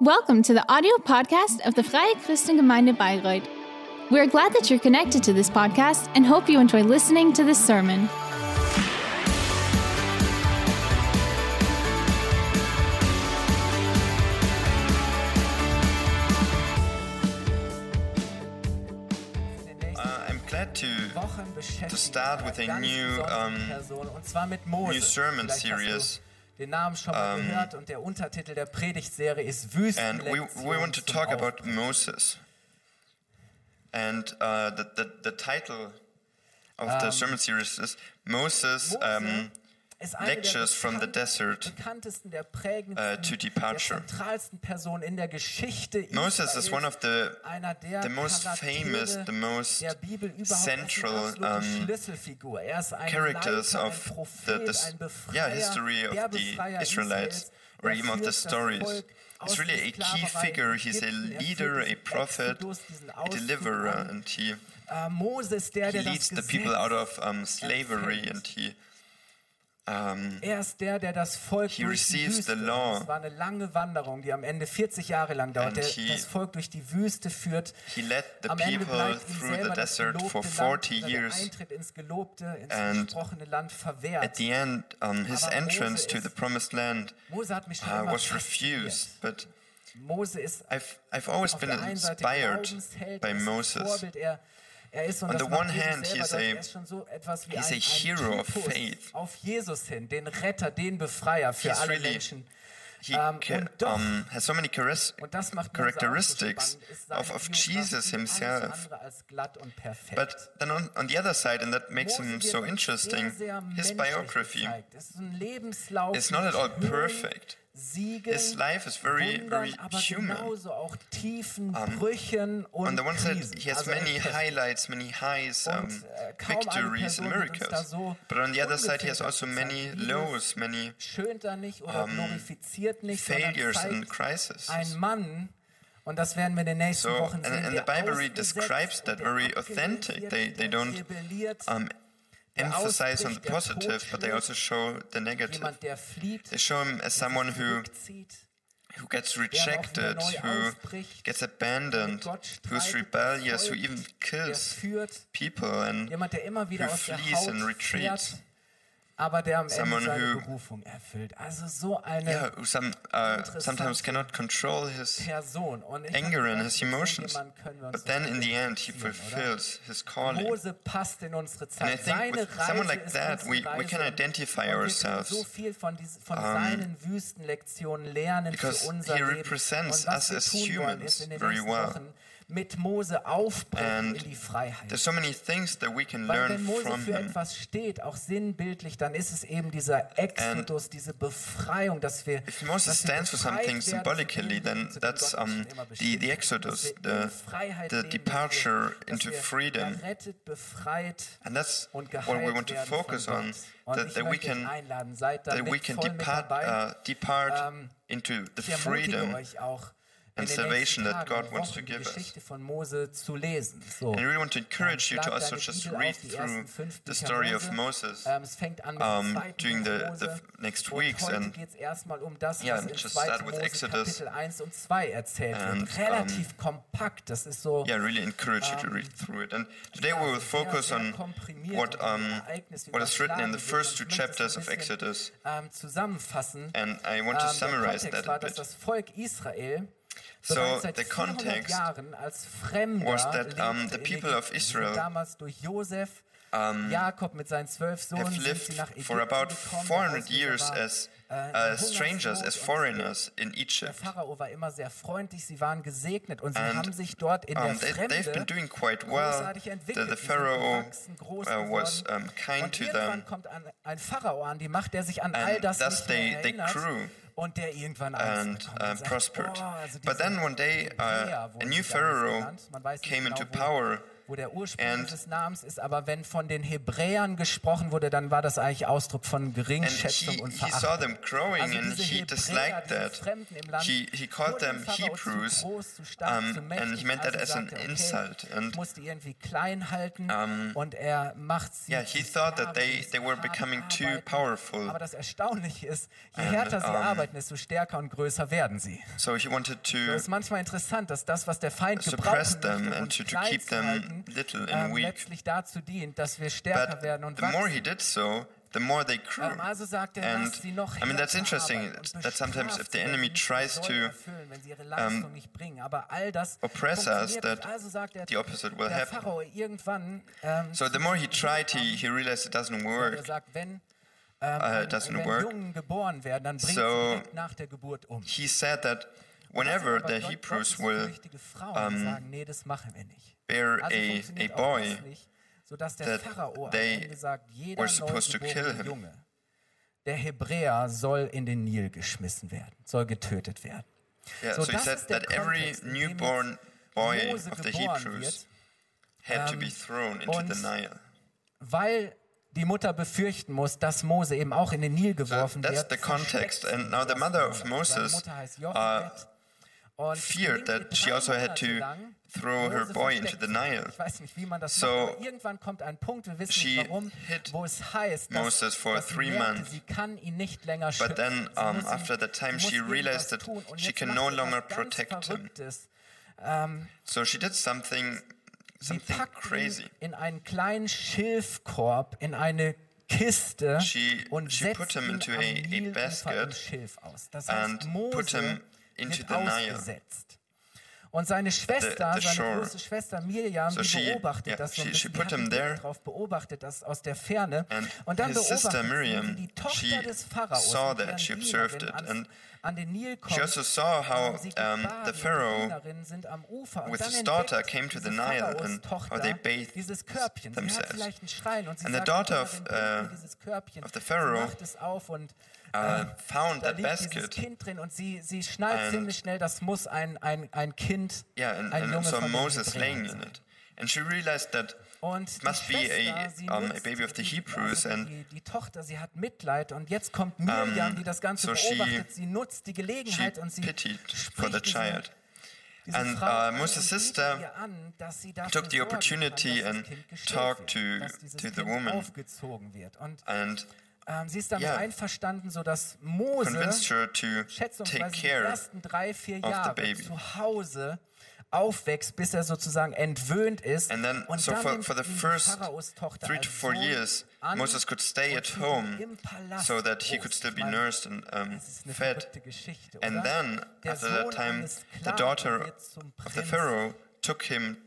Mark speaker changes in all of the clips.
Speaker 1: Welcome to the audio podcast of the Freie Christengemeinde Bayreuth. We are glad that you're connected to this podcast and hope you enjoy listening to this sermon.
Speaker 2: Uh, I'm glad to
Speaker 3: Wochen beschäftigen
Speaker 2: To start
Speaker 3: wir
Speaker 2: with a
Speaker 3: eine ganz
Speaker 2: new,
Speaker 3: besondere
Speaker 2: um,
Speaker 3: Person, und zwar mit Mose.
Speaker 2: new sermon
Speaker 3: Vielleicht hast du
Speaker 2: series.
Speaker 3: Den Namen schon mal
Speaker 2: Um,
Speaker 3: gehört und der Untertitel der Predigtserie ist
Speaker 2: and we,
Speaker 3: Wüstenlektion.
Speaker 2: we want to
Speaker 3: zum
Speaker 2: talk
Speaker 3: Auf-
Speaker 2: about Moses. And uh, the, the, the title of
Speaker 3: Um,
Speaker 2: the sermon series is Moses um,
Speaker 3: Ist eine der
Speaker 2: Lectures from the
Speaker 3: bekannt-
Speaker 2: Desert
Speaker 3: bekanntesten, der prägendsten,
Speaker 2: uh, to Departure.
Speaker 3: der zentralsten Personen in der Geschichte
Speaker 2: Moses is one of the
Speaker 3: einer der
Speaker 2: the most
Speaker 3: Charaktere
Speaker 2: famous, the most
Speaker 3: der Bibel überhaupt
Speaker 2: central,
Speaker 3: er ist eine absolute
Speaker 2: um,
Speaker 3: Schlüsselfigur. Er ist ein
Speaker 2: characters
Speaker 3: Leiter,
Speaker 2: of
Speaker 3: ein
Speaker 2: the-
Speaker 3: Prophet,
Speaker 2: this-
Speaker 3: ein Befreier,
Speaker 2: yeah, history of
Speaker 3: der
Speaker 2: the
Speaker 3: Befreier
Speaker 2: Israelites,
Speaker 3: Israels.
Speaker 2: or
Speaker 3: Er
Speaker 2: even of the
Speaker 3: führt das
Speaker 2: stories.
Speaker 3: Volk
Speaker 2: It's
Speaker 3: aus
Speaker 2: really
Speaker 3: der
Speaker 2: a key
Speaker 3: Sklaverei
Speaker 2: figure.
Speaker 3: in
Speaker 2: He's a
Speaker 3: Ägypten. Er führt
Speaker 2: leader, a
Speaker 3: diesen
Speaker 2: prophet,
Speaker 3: Exodus, diesen
Speaker 2: a
Speaker 3: Auszug
Speaker 2: deliverer,
Speaker 3: an.
Speaker 2: and he,
Speaker 3: Äh, Moses, der,
Speaker 2: he
Speaker 3: der
Speaker 2: leads the
Speaker 3: das
Speaker 2: people
Speaker 3: Gesetz
Speaker 2: out of um, slavery,
Speaker 3: empfängt.
Speaker 2: and he
Speaker 3: Er ist der, der das Volk
Speaker 2: He
Speaker 3: durch die
Speaker 2: receives
Speaker 3: Wüste,
Speaker 2: the law.
Speaker 3: das war eine lange Wanderung, die am Ende 40 Jahre lang dauert,
Speaker 2: And
Speaker 3: der
Speaker 2: he-
Speaker 3: das Volk durch die Wüste führt.
Speaker 2: he led the
Speaker 3: am Ende
Speaker 2: people
Speaker 3: bleibt ihm
Speaker 2: through the
Speaker 3: selber das
Speaker 2: desert
Speaker 3: gelobte
Speaker 2: for
Speaker 3: Land
Speaker 2: 40
Speaker 3: oder der
Speaker 2: years.
Speaker 3: Eintritt ins gelobte, ins
Speaker 2: And
Speaker 3: versprochene Land
Speaker 2: at
Speaker 3: verwehrt.
Speaker 2: the end, um, his
Speaker 3: Aber Mose
Speaker 2: entrance to
Speaker 3: ist-
Speaker 2: the promised land
Speaker 3: Mose hat mich schon
Speaker 2: uh,
Speaker 3: immer
Speaker 2: was
Speaker 3: fasziniert.
Speaker 2: refused. But
Speaker 3: Mose ist
Speaker 2: I've, I've always
Speaker 3: auf
Speaker 2: been
Speaker 3: der einen Seite
Speaker 2: inspired
Speaker 3: Glaubensheld,
Speaker 2: by
Speaker 3: er ist ein
Speaker 2: Moses.
Speaker 3: Vorbild, er, er ist, und
Speaker 2: On
Speaker 3: das
Speaker 2: the
Speaker 3: macht
Speaker 2: one
Speaker 3: Jesus
Speaker 2: hand, he
Speaker 3: selber
Speaker 2: is
Speaker 3: deutlich,
Speaker 2: a-
Speaker 3: er ist schon so etwas wie
Speaker 2: he's a
Speaker 3: ein, ein
Speaker 2: hero of
Speaker 3: Typus
Speaker 2: faith.
Speaker 3: auf Jesus hin, den Retter, den Befreier für
Speaker 2: He's
Speaker 3: alle
Speaker 2: really-
Speaker 3: Menschen.
Speaker 2: He
Speaker 3: Um,
Speaker 2: ca-
Speaker 3: und doch-
Speaker 2: um, has so many charis-
Speaker 3: Und das macht Mose auch so
Speaker 2: characteristics
Speaker 3: spannend, ist seine
Speaker 2: of, of
Speaker 3: Biografie
Speaker 2: Jesus
Speaker 3: Alles
Speaker 2: himself.
Speaker 3: andere als glatt und perfekt.
Speaker 2: But then on, on the other side, and that makes
Speaker 3: Mose
Speaker 2: him
Speaker 3: wird
Speaker 2: so
Speaker 3: sehr,
Speaker 2: interesting,
Speaker 3: sehr
Speaker 2: his
Speaker 3: menschlich
Speaker 2: biography
Speaker 3: gezeigt. Es ist ein Lebenslauf.
Speaker 2: is not at all
Speaker 3: mit Höhen,
Speaker 2: perfect.
Speaker 3: Siegen,
Speaker 2: His life is very,
Speaker 3: Wundern,
Speaker 2: very
Speaker 3: aber
Speaker 2: human. Um,
Speaker 3: genauso auch Tiefen, Brüchen und
Speaker 2: On the one side,
Speaker 3: Krisen.
Speaker 2: he has
Speaker 3: also
Speaker 2: many
Speaker 3: echt heftig.
Speaker 2: highlights, many highs, um,
Speaker 3: Und, äh, kaum eine
Speaker 2: victories,
Speaker 3: Person
Speaker 2: and
Speaker 3: wird uns da
Speaker 2: miracles.
Speaker 3: so
Speaker 2: But on the other side, he has
Speaker 3: ungefiltert
Speaker 2: also many
Speaker 3: gezeigt, wie
Speaker 2: lows, many um,
Speaker 3: Schönt er nicht oder glorifiziert nicht, sondern
Speaker 2: failures and
Speaker 3: zeigt
Speaker 2: crises.
Speaker 3: ein Mann, und das werden wir in den nächsten
Speaker 2: So,
Speaker 3: Wochen
Speaker 2: and-
Speaker 3: sehen,
Speaker 2: and the
Speaker 3: der
Speaker 2: Bible really
Speaker 3: ausgesetzt
Speaker 2: describes
Speaker 3: und
Speaker 2: that
Speaker 3: der
Speaker 2: very
Speaker 3: abgelehnt
Speaker 2: authentic.
Speaker 3: wird,
Speaker 2: They- they
Speaker 3: der
Speaker 2: don't,
Speaker 3: rebelliert,
Speaker 2: Um,
Speaker 3: der
Speaker 2: emphasize on the
Speaker 3: ausbricht, der
Speaker 2: positive, but they
Speaker 3: totschlägt,
Speaker 2: also show the negative.
Speaker 3: jemand, der flieht,
Speaker 2: They show him as
Speaker 3: der sich
Speaker 2: someone who,
Speaker 3: zurückzieht,
Speaker 2: who gets
Speaker 3: wieder
Speaker 2: rejected,
Speaker 3: neu
Speaker 2: who
Speaker 3: aufbricht,
Speaker 2: gets
Speaker 3: mit
Speaker 2: abandoned,
Speaker 3: Gott
Speaker 2: who's
Speaker 3: streitet,
Speaker 2: rebellious, who
Speaker 3: folgt,
Speaker 2: even
Speaker 3: der
Speaker 2: kills
Speaker 3: führt,
Speaker 2: people, and
Speaker 3: jemand, der immer wieder
Speaker 2: who
Speaker 3: aus der
Speaker 2: flees
Speaker 3: Haut
Speaker 2: and retreats.
Speaker 3: fährt, aber der am Ende
Speaker 2: Someone
Speaker 3: seine
Speaker 2: who-
Speaker 3: Berufung erfüllt. Also so eine
Speaker 2: yeah, who some, uh, sometimes
Speaker 3: Interessant.
Speaker 2: cannot conol his
Speaker 3: Person. Und ich
Speaker 2: anger and
Speaker 3: hab
Speaker 2: his
Speaker 3: gedacht, mit so
Speaker 2: emotions.
Speaker 3: jemandem können wir uns
Speaker 2: But then in the end, he
Speaker 3: identifizieren, oder?
Speaker 2: fulfills his calling.
Speaker 3: Mose passt in unsere
Speaker 2: And I
Speaker 3: Zeit.
Speaker 2: think
Speaker 3: Seine
Speaker 2: with someone
Speaker 3: Reise
Speaker 2: like
Speaker 3: ist
Speaker 2: that,
Speaker 3: unsere
Speaker 2: we, we
Speaker 3: Reise.
Speaker 2: can identify
Speaker 3: Und wir können
Speaker 2: ourselves. Um,
Speaker 3: so viel von, dies- von seinen Wüstenlektionen lernen für
Speaker 2: because
Speaker 3: unser
Speaker 2: he
Speaker 3: Leben.
Speaker 2: represents
Speaker 3: Und was
Speaker 2: us
Speaker 3: wir
Speaker 2: as
Speaker 3: tun wollen, ist
Speaker 2: humans
Speaker 3: in den
Speaker 2: very
Speaker 3: nächsten
Speaker 2: well.
Speaker 3: Wochen mit Mose aufbrechen
Speaker 2: And
Speaker 3: in die Freiheit.
Speaker 2: There's so many things that we can
Speaker 3: Weil
Speaker 2: learn
Speaker 3: wenn Mose
Speaker 2: from
Speaker 3: für
Speaker 2: him.
Speaker 3: etwas steht, auch sinnbildlich, dann ist es eben dieser Exodus, diese Befreiung, dass wir
Speaker 2: If Moses
Speaker 3: dass wir
Speaker 2: stands for
Speaker 3: befreit
Speaker 2: something
Speaker 3: werden zu dem,
Speaker 2: symbolically, then
Speaker 3: zu dem
Speaker 2: that's
Speaker 3: Gott schon
Speaker 2: um,
Speaker 3: immer
Speaker 2: the,
Speaker 3: bestimmt
Speaker 2: the
Speaker 3: hat,
Speaker 2: Exodus,
Speaker 3: dass wir in
Speaker 2: the,
Speaker 3: Freiheit
Speaker 2: the
Speaker 3: leben, dass wir-
Speaker 2: departure
Speaker 3: dass
Speaker 2: into
Speaker 3: wir
Speaker 2: freedom.
Speaker 3: Errettet, befreit
Speaker 2: And that's
Speaker 3: und
Speaker 2: what we
Speaker 3: geheilt
Speaker 2: want to
Speaker 3: werden von
Speaker 2: focus
Speaker 3: Gott.
Speaker 2: on,
Speaker 3: Und
Speaker 2: that,
Speaker 3: ich
Speaker 2: that we
Speaker 3: möchte euch
Speaker 2: can,
Speaker 3: einladen, seid da
Speaker 2: that we
Speaker 3: mit-
Speaker 2: can
Speaker 3: voll mit
Speaker 2: depart,
Speaker 3: dabei.
Speaker 2: uh, depart
Speaker 3: Ähm,
Speaker 2: into the
Speaker 3: Ich ermutige
Speaker 2: freedom.
Speaker 3: euch auch, in
Speaker 2: and
Speaker 3: den nächsten
Speaker 2: salvation that
Speaker 3: Tagen
Speaker 2: God
Speaker 3: und
Speaker 2: wants to
Speaker 3: Wochen
Speaker 2: give
Speaker 3: die
Speaker 2: us.
Speaker 3: Geschichte von Mose zu lesen. So.
Speaker 2: And I really want to encourage you to
Speaker 3: Schlag
Speaker 2: also
Speaker 3: deine
Speaker 2: just
Speaker 3: Bibel
Speaker 2: read
Speaker 3: auf, die ersten
Speaker 2: through
Speaker 3: fünf
Speaker 2: the
Speaker 3: Bücher
Speaker 2: story of
Speaker 3: Mose.
Speaker 2: Moses.
Speaker 3: Ähm, es fängt an mit
Speaker 2: um,
Speaker 3: dem zweiten
Speaker 2: during
Speaker 3: Buch
Speaker 2: the-
Speaker 3: Mose.
Speaker 2: the next
Speaker 3: Und
Speaker 2: weeks
Speaker 3: Heute
Speaker 2: and-
Speaker 3: geht es erstmal um das,
Speaker 2: Yeah,
Speaker 3: was
Speaker 2: and
Speaker 3: in
Speaker 2: just
Speaker 3: 2.
Speaker 2: start with
Speaker 3: Mose
Speaker 2: Exodus.
Speaker 3: Kapitel 1 und 2 erzählt
Speaker 2: And, um,
Speaker 3: wird. Relativ kompakt. Das ist so
Speaker 2: Yeah, I really encourage you to read through it. And today we will focus on what um, what is written in the first two chapters of Exodus,
Speaker 3: ähm, zusammenfassen.
Speaker 2: and I want to
Speaker 3: Ähm, der
Speaker 2: summarize
Speaker 3: Kontext
Speaker 2: that
Speaker 3: war,
Speaker 2: a
Speaker 3: dass
Speaker 2: bit.
Speaker 3: das Volk Israel
Speaker 2: So,
Speaker 3: bereits seit
Speaker 2: the
Speaker 3: 400
Speaker 2: context
Speaker 3: Jahren als Fremder
Speaker 2: was that, um,
Speaker 3: lebte
Speaker 2: the
Speaker 3: in
Speaker 2: people
Speaker 3: Ägypten. Sie
Speaker 2: of
Speaker 3: sind
Speaker 2: Israel, um,
Speaker 3: damals durch Josef, Jakob mit seinen zwölf Sohnen
Speaker 2: Have
Speaker 3: sind sie
Speaker 2: lived
Speaker 3: nach Ägypten
Speaker 2: for about
Speaker 3: gekommen.
Speaker 2: 400
Speaker 3: Daraus wieder
Speaker 2: years
Speaker 3: war,
Speaker 2: as
Speaker 3: äh,
Speaker 2: uh,
Speaker 3: ein
Speaker 2: strangers,
Speaker 3: Hungersnot
Speaker 2: as
Speaker 3: und
Speaker 2: foreigners in
Speaker 3: Der
Speaker 2: Egypt.
Speaker 3: Pharao war immer sehr freundlich, sie waren gesegnet und sie
Speaker 2: And,
Speaker 3: haben sich dort in der
Speaker 2: Um, they, they've been
Speaker 3: Fremde
Speaker 2: doing quite well.
Speaker 3: großartig
Speaker 2: The,
Speaker 3: entwickelt.
Speaker 2: the
Speaker 3: Die sind
Speaker 2: Pharaoh
Speaker 3: gewachsen, groß
Speaker 2: uh, was
Speaker 3: geworden.
Speaker 2: um, kind
Speaker 3: und
Speaker 2: to
Speaker 3: irgendwann
Speaker 2: them,
Speaker 3: kommt ein, ein Pharao an die Macht, der sich an
Speaker 2: And
Speaker 3: all das
Speaker 2: thus
Speaker 3: nicht mehr
Speaker 2: they- they
Speaker 3: erinnert
Speaker 2: grew
Speaker 3: und der irgendwann
Speaker 2: and
Speaker 3: Angst bekommt
Speaker 2: um,
Speaker 3: und sagt,
Speaker 2: prospered.
Speaker 3: "Boah, also
Speaker 2: But
Speaker 3: diese
Speaker 2: then one day, uh,
Speaker 3: Hebräer
Speaker 2: a
Speaker 3: wurden
Speaker 2: new
Speaker 3: damals
Speaker 2: pharaoh
Speaker 3: genannt. Man weiß nicht
Speaker 2: came
Speaker 3: genau,
Speaker 2: into
Speaker 3: wo
Speaker 2: power,
Speaker 3: wo der Ursprung
Speaker 2: And-
Speaker 3: dieses Namens ist. Aber wenn von den Hebräern gesprochen wurde, dann war das eigentlich Ausdruck von
Speaker 2: And he,
Speaker 3: Geringschätzung und
Speaker 2: he saw
Speaker 3: Verachtung.
Speaker 2: them growing
Speaker 3: Also
Speaker 2: and
Speaker 3: diese
Speaker 2: he
Speaker 3: Hebräer,
Speaker 2: disliked
Speaker 3: diese
Speaker 2: that.
Speaker 3: Fremden im Land,
Speaker 2: He, he called
Speaker 3: wurden
Speaker 2: them
Speaker 3: Pharao zu
Speaker 2: Hebrews
Speaker 3: groß, zu stark, zu
Speaker 2: um, and
Speaker 3: mächtig,
Speaker 2: he meant that
Speaker 3: also
Speaker 2: as an
Speaker 3: sagte er, okay,
Speaker 2: insult. And um,
Speaker 3: Ich muss die irgendwie klein halten und er macht sie.
Speaker 2: yeah, he
Speaker 3: zu
Speaker 2: thought that
Speaker 3: Sklaven,
Speaker 2: they,
Speaker 3: die
Speaker 2: they were
Speaker 3: hart
Speaker 2: becoming too
Speaker 3: arbeiten.
Speaker 2: powerful.
Speaker 3: Aber das Erstaunliche ist, je
Speaker 2: And,
Speaker 3: härter sie
Speaker 2: um,
Speaker 3: arbeiten, desto stärker und größer werden sie.
Speaker 2: So he wanted
Speaker 3: Es
Speaker 2: to
Speaker 3: ist manchmal interessant, dass das, was der Feind gebrauchen
Speaker 2: suppress
Speaker 3: möchte,
Speaker 2: them
Speaker 3: um
Speaker 2: and
Speaker 3: uns
Speaker 2: to- to
Speaker 3: klein
Speaker 2: keep
Speaker 3: zu
Speaker 2: them
Speaker 3: halten,
Speaker 2: little and
Speaker 3: ähm,
Speaker 2: weak.
Speaker 3: letztlich dazu dient, dass wir stärker
Speaker 2: But
Speaker 3: werden und
Speaker 2: the more
Speaker 3: wachsen.
Speaker 2: he did so, the more they grew.
Speaker 3: Ähm, also sagt er,
Speaker 2: And
Speaker 3: lasst sie noch
Speaker 2: I mean, that's
Speaker 3: härter
Speaker 2: interesting
Speaker 3: arbeiten und
Speaker 2: that sometimes if
Speaker 3: bestraft
Speaker 2: the
Speaker 3: sie, wenn
Speaker 2: enemy
Speaker 3: sie nicht die
Speaker 2: tries
Speaker 3: Säule
Speaker 2: to um,
Speaker 3: erfüllen, wenn sie ihre Leistung nicht bringen. Aber all das
Speaker 2: oppress us,
Speaker 3: funktioniert nicht.
Speaker 2: that
Speaker 3: also sagt er,
Speaker 2: the opposite will
Speaker 3: der
Speaker 2: happen.
Speaker 3: Pharao irgendwann, ähm,
Speaker 2: So the more he tried, he, he realized it
Speaker 3: er
Speaker 2: doesn't work.
Speaker 3: sagt, wenn,
Speaker 2: Uh, it
Speaker 3: wenn
Speaker 2: doesn't work.
Speaker 3: Jungen geboren werden, dann bringt
Speaker 2: So-
Speaker 3: sie direkt nach der Geburt um.
Speaker 2: He said that whenever
Speaker 3: Aber
Speaker 2: the
Speaker 3: Gott-
Speaker 2: Hebrews will um,
Speaker 3: gottesfürchtige Frauen sagen, nee, das machen wir nicht.
Speaker 2: bear
Speaker 3: Also
Speaker 2: a, a
Speaker 3: funktioniert auch
Speaker 2: boy,
Speaker 3: das nicht, sodass der
Speaker 2: that
Speaker 3: Pharao am
Speaker 2: they
Speaker 3: Ende sagt, jeder
Speaker 2: were supposed to
Speaker 3: neugeborene
Speaker 2: kill him.
Speaker 3: Junge, der Hebräer soll in den Nil geschmissen werden, soll getötet werden.
Speaker 2: yeah,
Speaker 3: So
Speaker 2: so he
Speaker 3: das
Speaker 2: said
Speaker 3: ist der
Speaker 2: that every
Speaker 3: Kontext, in dem jetzt
Speaker 2: newborn boy
Speaker 3: Mose
Speaker 2: of the
Speaker 3: geboren
Speaker 2: Hebrews
Speaker 3: wird,
Speaker 2: had to
Speaker 3: ähm,
Speaker 2: be thrown into the
Speaker 3: und
Speaker 2: Nile.
Speaker 3: weil die Mutter befürchten muss, dass Mose eben auch in den Nil geworfen
Speaker 2: that's
Speaker 3: wird.
Speaker 2: the context.
Speaker 3: versteckt
Speaker 2: And now the
Speaker 3: sie
Speaker 2: mother
Speaker 3: das
Speaker 2: of
Speaker 3: Wunder. Seine
Speaker 2: Moses, uh,
Speaker 3: Mutter heißt Jochebed. Und es
Speaker 2: Feared
Speaker 3: gelingt ihr
Speaker 2: that she
Speaker 3: drei
Speaker 2: also had
Speaker 3: Monate
Speaker 2: to
Speaker 3: lang,
Speaker 2: throw her
Speaker 3: Mose
Speaker 2: boy into
Speaker 3: versteckt
Speaker 2: the
Speaker 3: zu
Speaker 2: Nile.
Speaker 3: werden. Ich weiß nicht, wie man das
Speaker 2: So,
Speaker 3: macht, aber irgendwann kommt ein Punkt, wir wissen
Speaker 2: she
Speaker 3: nicht warum,
Speaker 2: hid
Speaker 3: wo es heißt, dass,
Speaker 2: Moses for
Speaker 3: dass sie
Speaker 2: three
Speaker 3: merkte,
Speaker 2: months.
Speaker 3: sie kann ihn nicht länger schützen.
Speaker 2: But then,
Speaker 3: Sie
Speaker 2: um,
Speaker 3: muss ihn-
Speaker 2: after that time,
Speaker 3: sie
Speaker 2: she
Speaker 3: muss
Speaker 2: realized
Speaker 3: irgendwas
Speaker 2: that
Speaker 3: tun. Und
Speaker 2: she
Speaker 3: jetzt
Speaker 2: can
Speaker 3: macht
Speaker 2: no
Speaker 3: sie
Speaker 2: longer
Speaker 3: was ganz
Speaker 2: protect him.
Speaker 3: Verrücktes.
Speaker 2: So she did something
Speaker 3: Sie
Speaker 2: something
Speaker 3: packt
Speaker 2: crazy.
Speaker 3: ihn in einen kleinen Schilfkorb, in eine Kiste
Speaker 2: She-
Speaker 3: und
Speaker 2: she
Speaker 3: setzt
Speaker 2: put him
Speaker 3: ihn
Speaker 2: into
Speaker 3: am
Speaker 2: a- a
Speaker 3: Nilufer im
Speaker 2: basket
Speaker 3: Schilf aus. Das heißt,
Speaker 2: and
Speaker 3: Mose
Speaker 2: put him into
Speaker 3: wird
Speaker 2: the Nile.
Speaker 3: ausgesetzt. Und seine Schwester,
Speaker 2: the shore.
Speaker 3: seine große Schwester Miriam,
Speaker 2: So
Speaker 3: die
Speaker 2: she-
Speaker 3: beobachtet
Speaker 2: yeah,
Speaker 3: das so ein
Speaker 2: she- she
Speaker 3: bisschen,
Speaker 2: put
Speaker 3: hat einen
Speaker 2: him
Speaker 3: Blick
Speaker 2: there.
Speaker 3: drauf beobachtet das aus der Ferne.
Speaker 2: And
Speaker 3: und dann
Speaker 2: his
Speaker 3: beobachtet
Speaker 2: sister
Speaker 3: sie,
Speaker 2: Miriam,
Speaker 3: wie die Tochter
Speaker 2: she
Speaker 3: des Pharaos,
Speaker 2: saw
Speaker 3: mit
Speaker 2: that,
Speaker 3: ihren
Speaker 2: she
Speaker 3: Dienerinnen
Speaker 2: observed it.
Speaker 3: ans-
Speaker 2: And
Speaker 3: an den Nil kommt.
Speaker 2: She also saw how
Speaker 3: haben sich
Speaker 2: um,
Speaker 3: gebadet,
Speaker 2: the
Speaker 3: die
Speaker 2: Pharaoh
Speaker 3: Dienerinnen sind am Ufer. Und
Speaker 2: with
Speaker 3: dann
Speaker 2: his daughter
Speaker 3: entdeckt
Speaker 2: came to
Speaker 3: diese
Speaker 2: the Nile
Speaker 3: Pharaos
Speaker 2: and
Speaker 3: Tochter
Speaker 2: how they bathed
Speaker 3: dieses Körbchen. Sie hat
Speaker 2: themselves.
Speaker 3: vielleicht einen Schrein und sie
Speaker 2: And the
Speaker 3: sagt,
Speaker 2: daughter
Speaker 3: Mama,
Speaker 2: of,
Speaker 3: dann bring mir
Speaker 2: uh,
Speaker 3: dieses Körbchen.
Speaker 2: of the Pharaoh,
Speaker 3: sie macht es auf und äh,
Speaker 2: uh, found
Speaker 3: da
Speaker 2: that
Speaker 3: liegt dieses
Speaker 2: basket.
Speaker 3: Kind drin und sie, sie schnallt
Speaker 2: And-
Speaker 3: ziemlich schnell, das muss ein, ein, ein Kind,
Speaker 2: Yeah, and,
Speaker 3: ein
Speaker 2: and
Speaker 3: Junge
Speaker 2: saw
Speaker 3: von den
Speaker 2: Moses
Speaker 3: Hebräern
Speaker 2: laying in
Speaker 3: sein.
Speaker 2: it. And she realized that
Speaker 3: Und
Speaker 2: it
Speaker 3: die
Speaker 2: must be a,
Speaker 3: Schwester, sie
Speaker 2: um, a
Speaker 3: nutzt
Speaker 2: baby of the
Speaker 3: die-
Speaker 2: Hebrews.
Speaker 3: also
Speaker 2: And
Speaker 3: die, die Tochter, sie hat Mitleid und jetzt kommt Miriam,
Speaker 2: Um,
Speaker 3: die das Ganze
Speaker 2: so she-
Speaker 3: beobachtet. Sie nutzt die
Speaker 2: she
Speaker 3: Gelegenheit und sie
Speaker 2: pitied for
Speaker 3: spricht
Speaker 2: the
Speaker 3: diese-
Speaker 2: child.
Speaker 3: diese
Speaker 2: And,
Speaker 3: Frau
Speaker 2: uh,
Speaker 3: an
Speaker 2: Moses'
Speaker 3: und bietet
Speaker 2: sister
Speaker 3: ihr an, dass sie dafür
Speaker 2: took the
Speaker 3: sorgen kann,
Speaker 2: opportunity
Speaker 3: dass das
Speaker 2: and
Speaker 3: Kind geschält
Speaker 2: talked
Speaker 3: wird,
Speaker 2: to-
Speaker 3: dass dieses
Speaker 2: to the
Speaker 3: Kind
Speaker 2: woman.
Speaker 3: aufgezogen wird. Und
Speaker 2: And
Speaker 3: ähm, sie ist damit
Speaker 2: yeah,
Speaker 3: einverstanden, sodass Mose
Speaker 2: convinced her to take
Speaker 3: schätzungsweise die
Speaker 2: care
Speaker 3: ersten drei, vier
Speaker 2: the
Speaker 3: Jahre
Speaker 2: baby.
Speaker 3: zu Hause aufwächst, bis er sozusagen entwöhnt ist.
Speaker 2: And then,
Speaker 3: und
Speaker 2: so
Speaker 3: dann
Speaker 2: for-
Speaker 3: nimmt
Speaker 2: for the
Speaker 3: ihn die
Speaker 2: first
Speaker 3: Pharaostochter
Speaker 2: three
Speaker 3: als
Speaker 2: to four
Speaker 3: Sohn
Speaker 2: years,
Speaker 3: an
Speaker 2: Moses could stay
Speaker 3: und
Speaker 2: at
Speaker 3: zieht ihn
Speaker 2: home
Speaker 3: im Palast
Speaker 2: so that he
Speaker 3: groß.
Speaker 2: could still
Speaker 3: Ich
Speaker 2: be
Speaker 3: meine,
Speaker 2: nursed and um,
Speaker 3: das ist eine
Speaker 2: fed.
Speaker 3: verrückte Geschichte,
Speaker 2: And
Speaker 3: oder?
Speaker 2: then,
Speaker 3: Der
Speaker 2: after that
Speaker 3: Sohn
Speaker 2: time,
Speaker 3: eines
Speaker 2: the
Speaker 3: Sklaven
Speaker 2: daughter
Speaker 3: wird zum
Speaker 2: of the
Speaker 3: Prinz.
Speaker 2: Pharaoh took him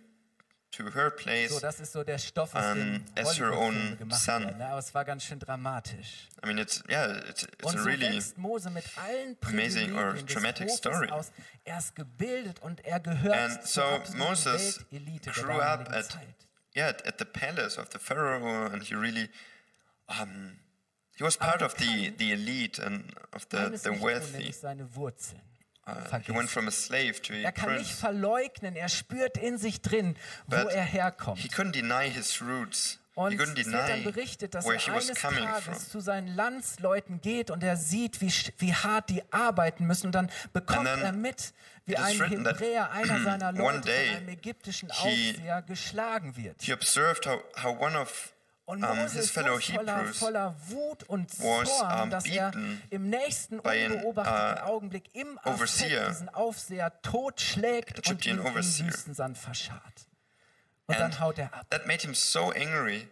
Speaker 2: to her
Speaker 3: So,
Speaker 2: place.
Speaker 3: das ist so der Stoff, aus dem
Speaker 2: um, as her
Speaker 3: Hollywood-Filme
Speaker 2: own
Speaker 3: gemacht
Speaker 2: son.
Speaker 3: werden. ne? Aber es war ganz schön dramatisch.
Speaker 2: I mean, it's yeah, it's it's
Speaker 3: Und
Speaker 2: a
Speaker 3: so
Speaker 2: really
Speaker 3: wächst Mose mit allen
Speaker 2: amazing or
Speaker 3: Privilegien des
Speaker 2: dramatic
Speaker 3: Hofes
Speaker 2: story.
Speaker 3: Aus. Er ist gebildet und er gehört
Speaker 2: And
Speaker 3: zur
Speaker 2: so
Speaker 3: absoluten
Speaker 2: Moses
Speaker 3: Weltelite der
Speaker 2: grew up
Speaker 3: damaligen
Speaker 2: at
Speaker 3: Zeit.
Speaker 2: yeah at, at the palace of the pharaoh, and he really um, he was part of the the elite and of the
Speaker 3: Eines
Speaker 2: the
Speaker 3: nicht tun,
Speaker 2: wealthy.
Speaker 3: nämlich seine Wurzeln.
Speaker 2: Uh, he
Speaker 3: vergessen.
Speaker 2: went from a slave to a
Speaker 3: er kann nicht
Speaker 2: prince.
Speaker 3: verleugnen, er spürt in sich drin, wo
Speaker 2: But
Speaker 3: er
Speaker 2: He
Speaker 3: herkommt.
Speaker 2: couldn't deny his roots.
Speaker 3: Und
Speaker 2: he couldn't
Speaker 3: es wird dann
Speaker 2: deny
Speaker 3: berichtet, dass er
Speaker 2: where he was
Speaker 3: eines
Speaker 2: coming
Speaker 3: Tages
Speaker 2: from.
Speaker 3: zu seinen Landsleuten geht und er sieht, wie, sch- wie hart die arbeiten müssen. Und dann bekommt
Speaker 2: And then
Speaker 3: er mit, wie
Speaker 2: it is
Speaker 3: ein
Speaker 2: written that
Speaker 3: Hebräer, einer seiner
Speaker 2: one
Speaker 3: Leute,
Speaker 2: day
Speaker 3: von einem ägyptischen
Speaker 2: he-
Speaker 3: Aufseher geschlagen wird.
Speaker 2: He observed how how one of
Speaker 3: Und
Speaker 2: um,
Speaker 3: Moses
Speaker 2: his fellow
Speaker 3: ist voller,
Speaker 2: Hebrews
Speaker 3: voller Wut und
Speaker 2: was,
Speaker 3: Zorn,
Speaker 2: um,
Speaker 3: dass er
Speaker 2: beaten
Speaker 3: im nächsten
Speaker 2: by an,
Speaker 3: unbeobachteten
Speaker 2: uh,
Speaker 3: Augenblick im Affekt
Speaker 2: overseer,
Speaker 3: diesen Aufseher totschlägt und
Speaker 2: Egyptian
Speaker 3: ihn im
Speaker 2: overseer.
Speaker 3: Wüstensand verscharrt. Und
Speaker 2: And
Speaker 3: dann haut er ab.
Speaker 2: that made him so angry